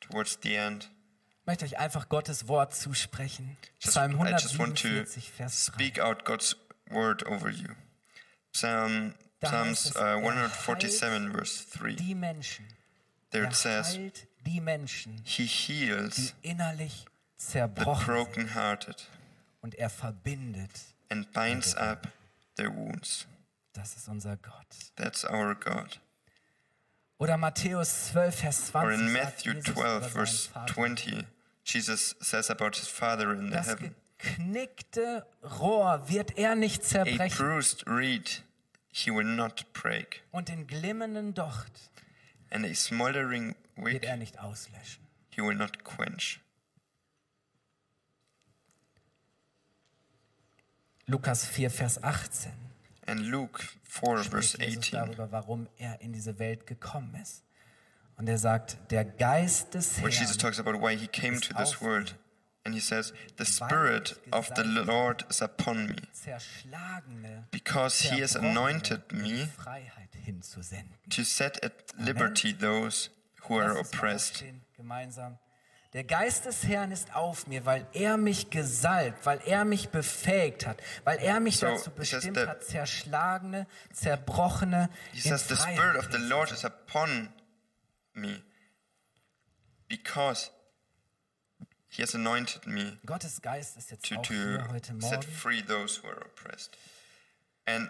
Speaker 2: towards the end.
Speaker 3: Ich möchte euch einfach Gottes Wort zusprechen.
Speaker 2: Just-
Speaker 3: Psalm
Speaker 2: I just want to
Speaker 3: 147, Vers 3.
Speaker 2: Speak out God's word over you. Psalm,
Speaker 3: Da heißt
Speaker 2: Psalms
Speaker 3: es,
Speaker 2: uh,
Speaker 3: er
Speaker 2: 147, verse 3.
Speaker 3: Die Menschen,
Speaker 2: There
Speaker 3: er
Speaker 2: it says,
Speaker 3: heilt die Menschen,
Speaker 2: He heals
Speaker 3: die innerlich
Speaker 2: the
Speaker 3: zerbrochen sind
Speaker 2: brokenhearted
Speaker 3: und er verbindet.
Speaker 2: and binds up their wounds.
Speaker 3: Das ist unser Gott.
Speaker 2: That's our God.
Speaker 3: Oder Matthäus 12, Vers 20.
Speaker 2: Or in
Speaker 3: sagt
Speaker 2: Matthew
Speaker 3: Jesus über
Speaker 2: 12,
Speaker 3: seinen
Speaker 2: verse
Speaker 3: Vater,
Speaker 2: 20, Jesus says about his Father in the
Speaker 3: Das
Speaker 2: heaven
Speaker 3: geknickte Rohr wird er nicht
Speaker 2: A
Speaker 3: zerbrechen
Speaker 2: bruised reed he will not break,
Speaker 3: und den glimmenden Docht
Speaker 2: and a smoldering
Speaker 3: wird
Speaker 2: wick
Speaker 3: er nicht auslöschen.
Speaker 2: he will not quench.
Speaker 3: Lukas 4, Vers 18.
Speaker 2: And Luke 4, verse
Speaker 3: spricht Jesus
Speaker 2: 18,
Speaker 3: darüber, warum er in diese Welt gekommen ist. Und er sagt, der Geist des
Speaker 2: where Jesus
Speaker 3: Herrn
Speaker 2: talks about why he came to this world. And he says, The Spirit of the Lord is upon me,
Speaker 3: zerschlagene
Speaker 2: because he has
Speaker 3: Zerbrochene
Speaker 2: anointed
Speaker 3: in
Speaker 2: me
Speaker 3: Freiheit hinzusenden.
Speaker 2: to set at liberty those who
Speaker 3: Lass
Speaker 2: are
Speaker 3: uns mal
Speaker 2: oppressed.
Speaker 3: aufstehen, Gemeinsam. Der Geist des Herrn ist auf mir, weil er mich gesalbt, weil er mich befähigt hat, weil er mich
Speaker 2: So,
Speaker 3: dazu
Speaker 2: it says
Speaker 3: bestimmt
Speaker 2: that-
Speaker 3: hat, zerschlagene, zerbrochene
Speaker 2: He
Speaker 3: in
Speaker 2: says, The
Speaker 3: Freiheit
Speaker 2: Spirit of the
Speaker 3: hinzusenden."
Speaker 2: Lord is upon me, because he has anointed me
Speaker 3: Gottes Geist ist jetzt
Speaker 2: to,
Speaker 3: auch
Speaker 2: to
Speaker 3: hier heute
Speaker 2: set
Speaker 3: Morgen.
Speaker 2: free those who are oppressed. And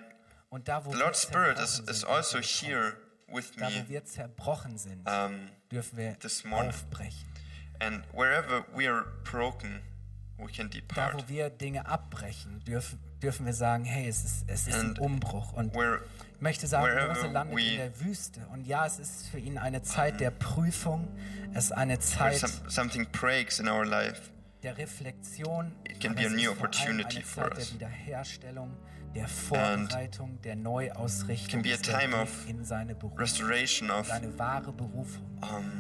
Speaker 3: Und da, wo
Speaker 2: the
Speaker 3: wir
Speaker 2: Lord's Spirit is,
Speaker 3: zerbrochen
Speaker 2: is
Speaker 3: sind, dürfen
Speaker 2: also
Speaker 3: wir
Speaker 2: here
Speaker 3: kommen.
Speaker 2: with
Speaker 3: da,
Speaker 2: me.
Speaker 3: wo wir zerbrochen sind,
Speaker 2: Um,
Speaker 3: dürfen wir
Speaker 2: this morning.
Speaker 3: aufbrechen.
Speaker 2: and wherever we are broken, we can
Speaker 3: Da,
Speaker 2: depart.
Speaker 3: wo wir Dinge abbrechen, dürfen, dürfen wir sagen, hey, es ist, es ist ein
Speaker 2: And
Speaker 3: Umbruch. Und
Speaker 2: Where,
Speaker 3: Ich möchte sagen,
Speaker 2: Wherever
Speaker 3: Mose landet
Speaker 2: we-
Speaker 3: in der Wüste. Und ja, es ist für ihn eine Zeit der Prüfung. Es ist eine
Speaker 2: where
Speaker 3: Zeit
Speaker 2: some, something breaks in our life,
Speaker 3: der Reflexion.
Speaker 2: It can
Speaker 3: aber
Speaker 2: be a
Speaker 3: es
Speaker 2: new
Speaker 3: ist vor allem
Speaker 2: opportunity
Speaker 3: eine
Speaker 2: for
Speaker 3: Zeit
Speaker 2: us.
Speaker 3: der Wiederherstellung, der Vorbereitung, der Neuausrichtung.
Speaker 2: Can be a
Speaker 3: Es ist der
Speaker 2: time
Speaker 3: Weg
Speaker 2: of
Speaker 3: in seine Berufung,
Speaker 2: restoration of,
Speaker 3: seine wahre Berufung.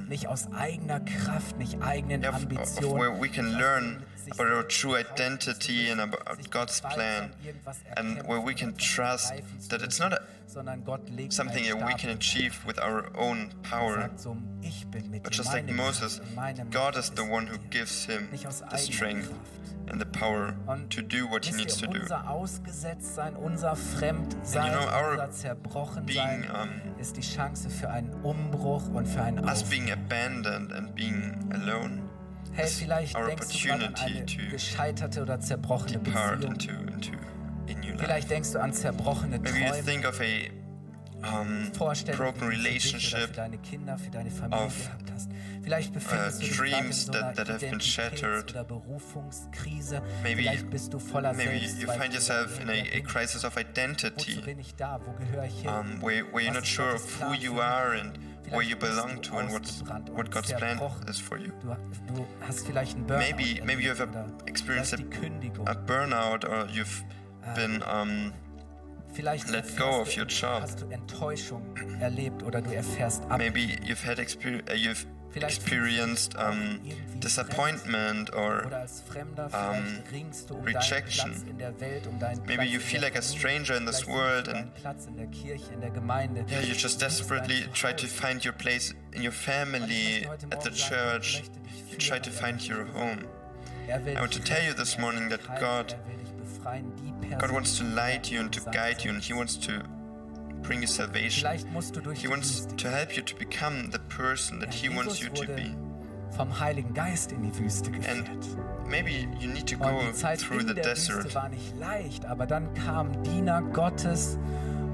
Speaker 3: nicht aus eigener Kraft, nicht eigenen
Speaker 2: yeah, of, of
Speaker 3: Ambitionen.
Speaker 2: where we can
Speaker 3: nicht aus
Speaker 2: learn
Speaker 3: dem, sich
Speaker 2: about our
Speaker 3: selbst
Speaker 2: true
Speaker 3: trauen zu
Speaker 2: identity
Speaker 3: müssen,
Speaker 2: and about
Speaker 3: sich
Speaker 2: God's
Speaker 3: gewaltsam
Speaker 2: plan,
Speaker 3: irgendwas
Speaker 2: and
Speaker 3: erkämpfen
Speaker 2: where we
Speaker 3: und
Speaker 2: can
Speaker 3: etwas
Speaker 2: trust
Speaker 3: ergreifen zu
Speaker 2: that it's
Speaker 3: müssen,
Speaker 2: not a,
Speaker 3: sondern Gott legt
Speaker 2: something
Speaker 3: einen
Speaker 2: that we
Speaker 3: Stab
Speaker 2: can
Speaker 3: in sein
Speaker 2: achieve with our own power.
Speaker 3: sagt so, ich bin mit
Speaker 2: But
Speaker 3: dir,
Speaker 2: just like
Speaker 3: meine Kraft
Speaker 2: Moses,
Speaker 3: und meine
Speaker 2: God
Speaker 3: Macht
Speaker 2: is the
Speaker 3: ist
Speaker 2: one
Speaker 3: mit
Speaker 2: who
Speaker 3: dir.
Speaker 2: gives him
Speaker 3: Nicht aus
Speaker 2: the
Speaker 3: eigener
Speaker 2: strength
Speaker 3: Kraft.
Speaker 2: and the power
Speaker 3: Und
Speaker 2: to do what he
Speaker 3: wisst
Speaker 2: needs
Speaker 3: ihr,
Speaker 2: to do.
Speaker 3: unser Ausgesetztsein, unser Fremdsein,
Speaker 2: And you know, our
Speaker 3: unser Zerbrochensein
Speaker 2: Being, um,
Speaker 3: ist die Chance für einen Umbruch und für einen
Speaker 2: us
Speaker 3: Aufbruch.
Speaker 2: being abandoned and being alone
Speaker 3: Hey,
Speaker 2: is
Speaker 3: vielleicht
Speaker 2: our
Speaker 3: denkst du gerade an eine
Speaker 2: opportunity to
Speaker 3: gescheiterte oder zerbrochene
Speaker 2: depart
Speaker 3: Beziehung.
Speaker 2: into into a new life.
Speaker 3: Vielleicht denkst du an zerbrochene
Speaker 2: Maybe you
Speaker 3: Träume.
Speaker 2: think of a um,
Speaker 3: Vorstellungen,
Speaker 2: broken
Speaker 3: die du für dich oder
Speaker 2: relationship,
Speaker 3: für deine Kinder, für deine Familie
Speaker 2: of, uh,
Speaker 3: gehabt hast. Vielleicht befindest du dich gerade in
Speaker 2: dreams
Speaker 3: so
Speaker 2: that-
Speaker 3: einer
Speaker 2: that have been
Speaker 3: Identitäts-
Speaker 2: shattered.
Speaker 3: oder Berufungskrise.
Speaker 2: Maybe-
Speaker 3: Vielleicht bist du voller
Speaker 2: Maybe you
Speaker 3: Selbstzweifel.
Speaker 2: find yourself in a, a crisis of
Speaker 3: Wozu
Speaker 2: identity
Speaker 3: bin ich da? Wo gehöre ich hin?
Speaker 2: um, where, where you're
Speaker 3: Was
Speaker 2: not
Speaker 3: ist
Speaker 2: sure
Speaker 3: Gottes
Speaker 2: of
Speaker 3: Plan
Speaker 2: who you
Speaker 3: für mich?
Speaker 2: are and where you
Speaker 3: Vielleicht bist
Speaker 2: belong
Speaker 3: du
Speaker 2: to and what's,
Speaker 3: ausgebrannt und
Speaker 2: what God's plan
Speaker 3: zerbrochen.
Speaker 2: is for you.
Speaker 3: Du, du hast vielleicht einen Burnout.
Speaker 2: Maybe- maybe you have a-
Speaker 3: erlebt oder
Speaker 2: experienced a-
Speaker 3: vielleicht die Ah. Kündigung.
Speaker 2: A burnout or you've been um,
Speaker 3: Vielleicht
Speaker 2: let
Speaker 3: erfährst
Speaker 2: go
Speaker 3: du-
Speaker 2: of your job.
Speaker 3: Hast du Enttäuschung erlebt oder du erfährst ab.
Speaker 2: maybe you've had exper- uh, you've
Speaker 3: Vielleicht
Speaker 2: experienced um,
Speaker 3: irgendwie
Speaker 2: disappointment
Speaker 3: oder
Speaker 2: or
Speaker 3: als Fremder vielleicht ringst du um
Speaker 2: Ähm, rejection.
Speaker 3: deinen Platz in der Welt, um deinen
Speaker 2: Maybe
Speaker 3: Platz
Speaker 2: you
Speaker 3: in
Speaker 2: feel
Speaker 3: der
Speaker 2: like a
Speaker 3: Familie,
Speaker 2: stranger in
Speaker 3: vielleicht
Speaker 2: this
Speaker 3: suchst
Speaker 2: world
Speaker 3: du
Speaker 2: and-
Speaker 3: deinen Platz in der Kirche, in der Gemeinde.
Speaker 2: yeah, you just
Speaker 3: Du suchst dein
Speaker 2: desperately try to
Speaker 3: Zuhause.
Speaker 2: find your place in your
Speaker 3: Und ich
Speaker 2: family,
Speaker 3: möchte heute
Speaker 2: at the
Speaker 3: Morgen sagen, ich
Speaker 2: church.
Speaker 3: möchte dich
Speaker 2: You try to
Speaker 3: führen, aber
Speaker 2: find your home.
Speaker 3: Er will
Speaker 2: I want
Speaker 3: dich
Speaker 2: to tell you
Speaker 3: retten,
Speaker 2: this
Speaker 3: er will
Speaker 2: morning that
Speaker 3: dich heilen,
Speaker 2: God-
Speaker 3: er will dich befreien, die Person,
Speaker 2: God wants to
Speaker 3: die
Speaker 2: light you and to
Speaker 3: sein
Speaker 2: guide you,
Speaker 3: soll.
Speaker 2: and He wants to bring you salvation.
Speaker 3: Vielleicht musst du durch
Speaker 2: He
Speaker 3: die
Speaker 2: wants
Speaker 3: Wüste
Speaker 2: to help you to become the person that
Speaker 3: Ja,
Speaker 2: He wants you
Speaker 3: Jesus
Speaker 2: to
Speaker 3: wurde
Speaker 2: be.
Speaker 3: Vom Heiligen Geist in die Wüste geführt.
Speaker 2: And maybe you need to
Speaker 3: und
Speaker 2: go
Speaker 3: die Zeit
Speaker 2: through
Speaker 3: in
Speaker 2: the
Speaker 3: der
Speaker 2: desert.
Speaker 3: Wüste war nicht leicht, aber dann kamen Diener Gottes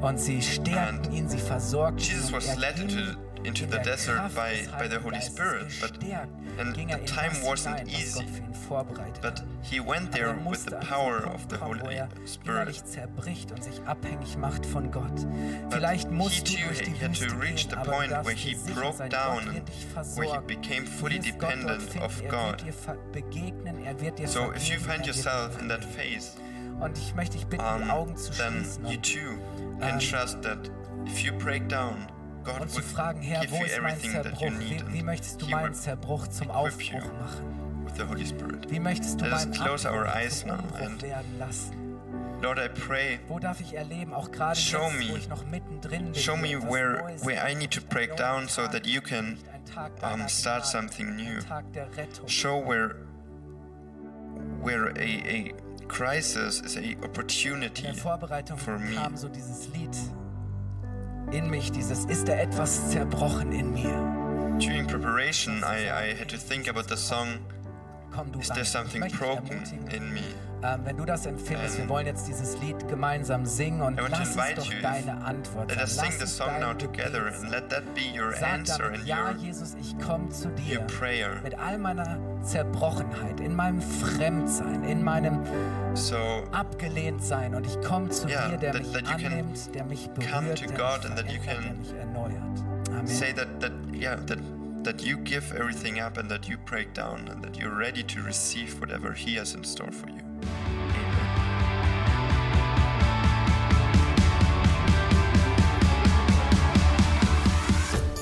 Speaker 3: und sie stärkten
Speaker 2: And
Speaker 3: ihn, sie versorgten
Speaker 2: Jesus
Speaker 3: ihn. und
Speaker 2: was
Speaker 3: er
Speaker 2: led
Speaker 3: ging
Speaker 2: into, into
Speaker 3: in
Speaker 2: the
Speaker 3: der
Speaker 2: desert
Speaker 3: Kraft
Speaker 2: by,
Speaker 3: des
Speaker 2: by the
Speaker 3: Heiligen
Speaker 2: Holy
Speaker 3: Geistes
Speaker 2: Spirit, but
Speaker 3: gestärkt,
Speaker 2: and
Speaker 3: ging er
Speaker 2: the
Speaker 3: in
Speaker 2: time
Speaker 3: das
Speaker 2: wasn't
Speaker 3: hinein, was
Speaker 2: easy.
Speaker 3: Gott für ihn vorbereitet
Speaker 2: but
Speaker 3: hat.
Speaker 2: he went
Speaker 3: Aber
Speaker 2: there
Speaker 3: er
Speaker 2: with
Speaker 3: musste
Speaker 2: the
Speaker 3: an diesen
Speaker 2: power
Speaker 3: Punkt
Speaker 2: of the
Speaker 3: kommen, wo
Speaker 2: Holy
Speaker 3: er
Speaker 2: Spirit.
Speaker 3: innerlich zerbricht und sich abhängig macht von Gott. Vielleicht musst du
Speaker 2: he too
Speaker 3: durch die
Speaker 2: had to
Speaker 3: Wüste
Speaker 2: reach
Speaker 3: gehen,
Speaker 2: the
Speaker 3: aber du
Speaker 2: point
Speaker 3: darfst
Speaker 2: where
Speaker 3: dir
Speaker 2: he
Speaker 3: sicher
Speaker 2: broke
Speaker 3: sein,
Speaker 2: down,
Speaker 3: Gott wird dich
Speaker 2: where he
Speaker 3: versorgen.
Speaker 2: became
Speaker 3: Du
Speaker 2: fully
Speaker 3: wirst Gott dort
Speaker 2: dependent
Speaker 3: finden,
Speaker 2: of
Speaker 3: er
Speaker 2: God.
Speaker 3: Wird dir ver- begegnen, er wird dir
Speaker 2: So if you
Speaker 3: vergeben,
Speaker 2: find
Speaker 3: er wird dir
Speaker 2: yourself in that
Speaker 3: vergeben.
Speaker 2: phase,
Speaker 3: Und ich möchte dich bitten, die
Speaker 2: um,
Speaker 3: Augen zu
Speaker 2: then
Speaker 3: schließen
Speaker 2: you
Speaker 3: und,
Speaker 2: too can trust that if you break down, God
Speaker 3: und zu fragen,
Speaker 2: will
Speaker 3: Herr,
Speaker 2: give
Speaker 3: wo
Speaker 2: you
Speaker 3: ist mein
Speaker 2: everything that
Speaker 3: Zerbruch?
Speaker 2: you need,
Speaker 3: Wie, wie
Speaker 2: and
Speaker 3: möchtest du
Speaker 2: He will
Speaker 3: meinen Zerbruch zum
Speaker 2: equip you.
Speaker 3: Aufbruch machen?
Speaker 2: with the Holy Spirit.
Speaker 3: Wie möchtest du
Speaker 2: Let us
Speaker 3: meinen
Speaker 2: close our
Speaker 3: Abbruch
Speaker 2: eyes
Speaker 3: zum
Speaker 2: now
Speaker 3: Umbruch
Speaker 2: and
Speaker 3: werden lassen?
Speaker 2: Lord, I pray,
Speaker 3: Wo darf ich erleben, auch gerade
Speaker 2: Show
Speaker 3: jetzt, wo
Speaker 2: me-
Speaker 3: ich noch mittendrin bin?
Speaker 2: show
Speaker 3: wo
Speaker 2: me
Speaker 3: etwas
Speaker 2: where-
Speaker 3: Neues
Speaker 2: where I
Speaker 3: kommt,
Speaker 2: need to
Speaker 3: ein
Speaker 2: break
Speaker 3: neuer
Speaker 2: down so
Speaker 3: Tag
Speaker 2: that you can,
Speaker 3: bricht, ein Tag
Speaker 2: um,
Speaker 3: deiner
Speaker 2: start
Speaker 3: Gnade,
Speaker 2: something new.
Speaker 3: ein Tag der Rettung.
Speaker 2: show where where a, a crisis is a opportunity.
Speaker 3: In der Vorbereitung
Speaker 2: for me.
Speaker 3: kam so dieses Lied in mich, dieses Ist da etwas zerbrochen in mir?
Speaker 2: During preparation, I, I had to think about the song
Speaker 3: Komm du
Speaker 2: Is
Speaker 3: rein.
Speaker 2: There
Speaker 3: Ich
Speaker 2: Something
Speaker 3: möchte dich
Speaker 2: Broken
Speaker 3: ermutigen,
Speaker 2: in Me?
Speaker 3: Ähm, wenn du das empfindest, wir
Speaker 2: Ähm,
Speaker 3: wollen jetzt dieses Lied gemeinsam singen und
Speaker 2: I want to
Speaker 3: lass uns
Speaker 2: invite
Speaker 3: doch
Speaker 2: you,
Speaker 3: deine Antwort
Speaker 2: Let
Speaker 3: sein.
Speaker 2: us sing
Speaker 3: Lass
Speaker 2: the
Speaker 3: uns
Speaker 2: song
Speaker 3: dein
Speaker 2: now
Speaker 3: Gebet
Speaker 2: together
Speaker 3: sein.
Speaker 2: and let that be your
Speaker 3: Sag
Speaker 2: answer
Speaker 3: damit,
Speaker 2: and
Speaker 3: ja,
Speaker 2: your
Speaker 3: Jesus, ich komme zu dir
Speaker 2: your prayer.
Speaker 3: mit all meiner Zerbrochenheit, in meinem Fremdsein, in meinem
Speaker 2: so
Speaker 3: Abgelehntsein und ich komme zu
Speaker 2: Yeah,
Speaker 3: dir, der
Speaker 2: that-
Speaker 3: mich
Speaker 2: that you can
Speaker 3: annimmt, der mich berührt,
Speaker 2: come
Speaker 3: der
Speaker 2: to
Speaker 3: mich
Speaker 2: God and that you
Speaker 3: verändert, der
Speaker 2: can
Speaker 3: mich erneuert. Amen.
Speaker 2: say that that yeah that that you give everything up and that you break down and that you're ready to receive whatever He has in store for you. Amen.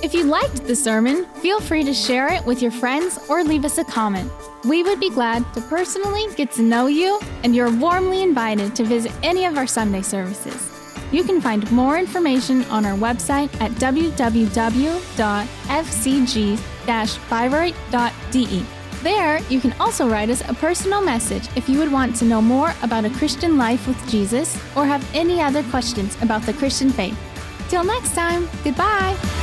Speaker 1: If you liked the sermon, feel free to share it with your friends or leave us a comment. We would be glad to personally get to know you, and you're warmly invited to visit any of our Sunday services. You can find more information on our website at www.fcg-byright.de. e. There, you can also write us a personal message if you would want to know more about a Christian life with Jesus or have any other questions about the Christian faith. Till next time, goodbye!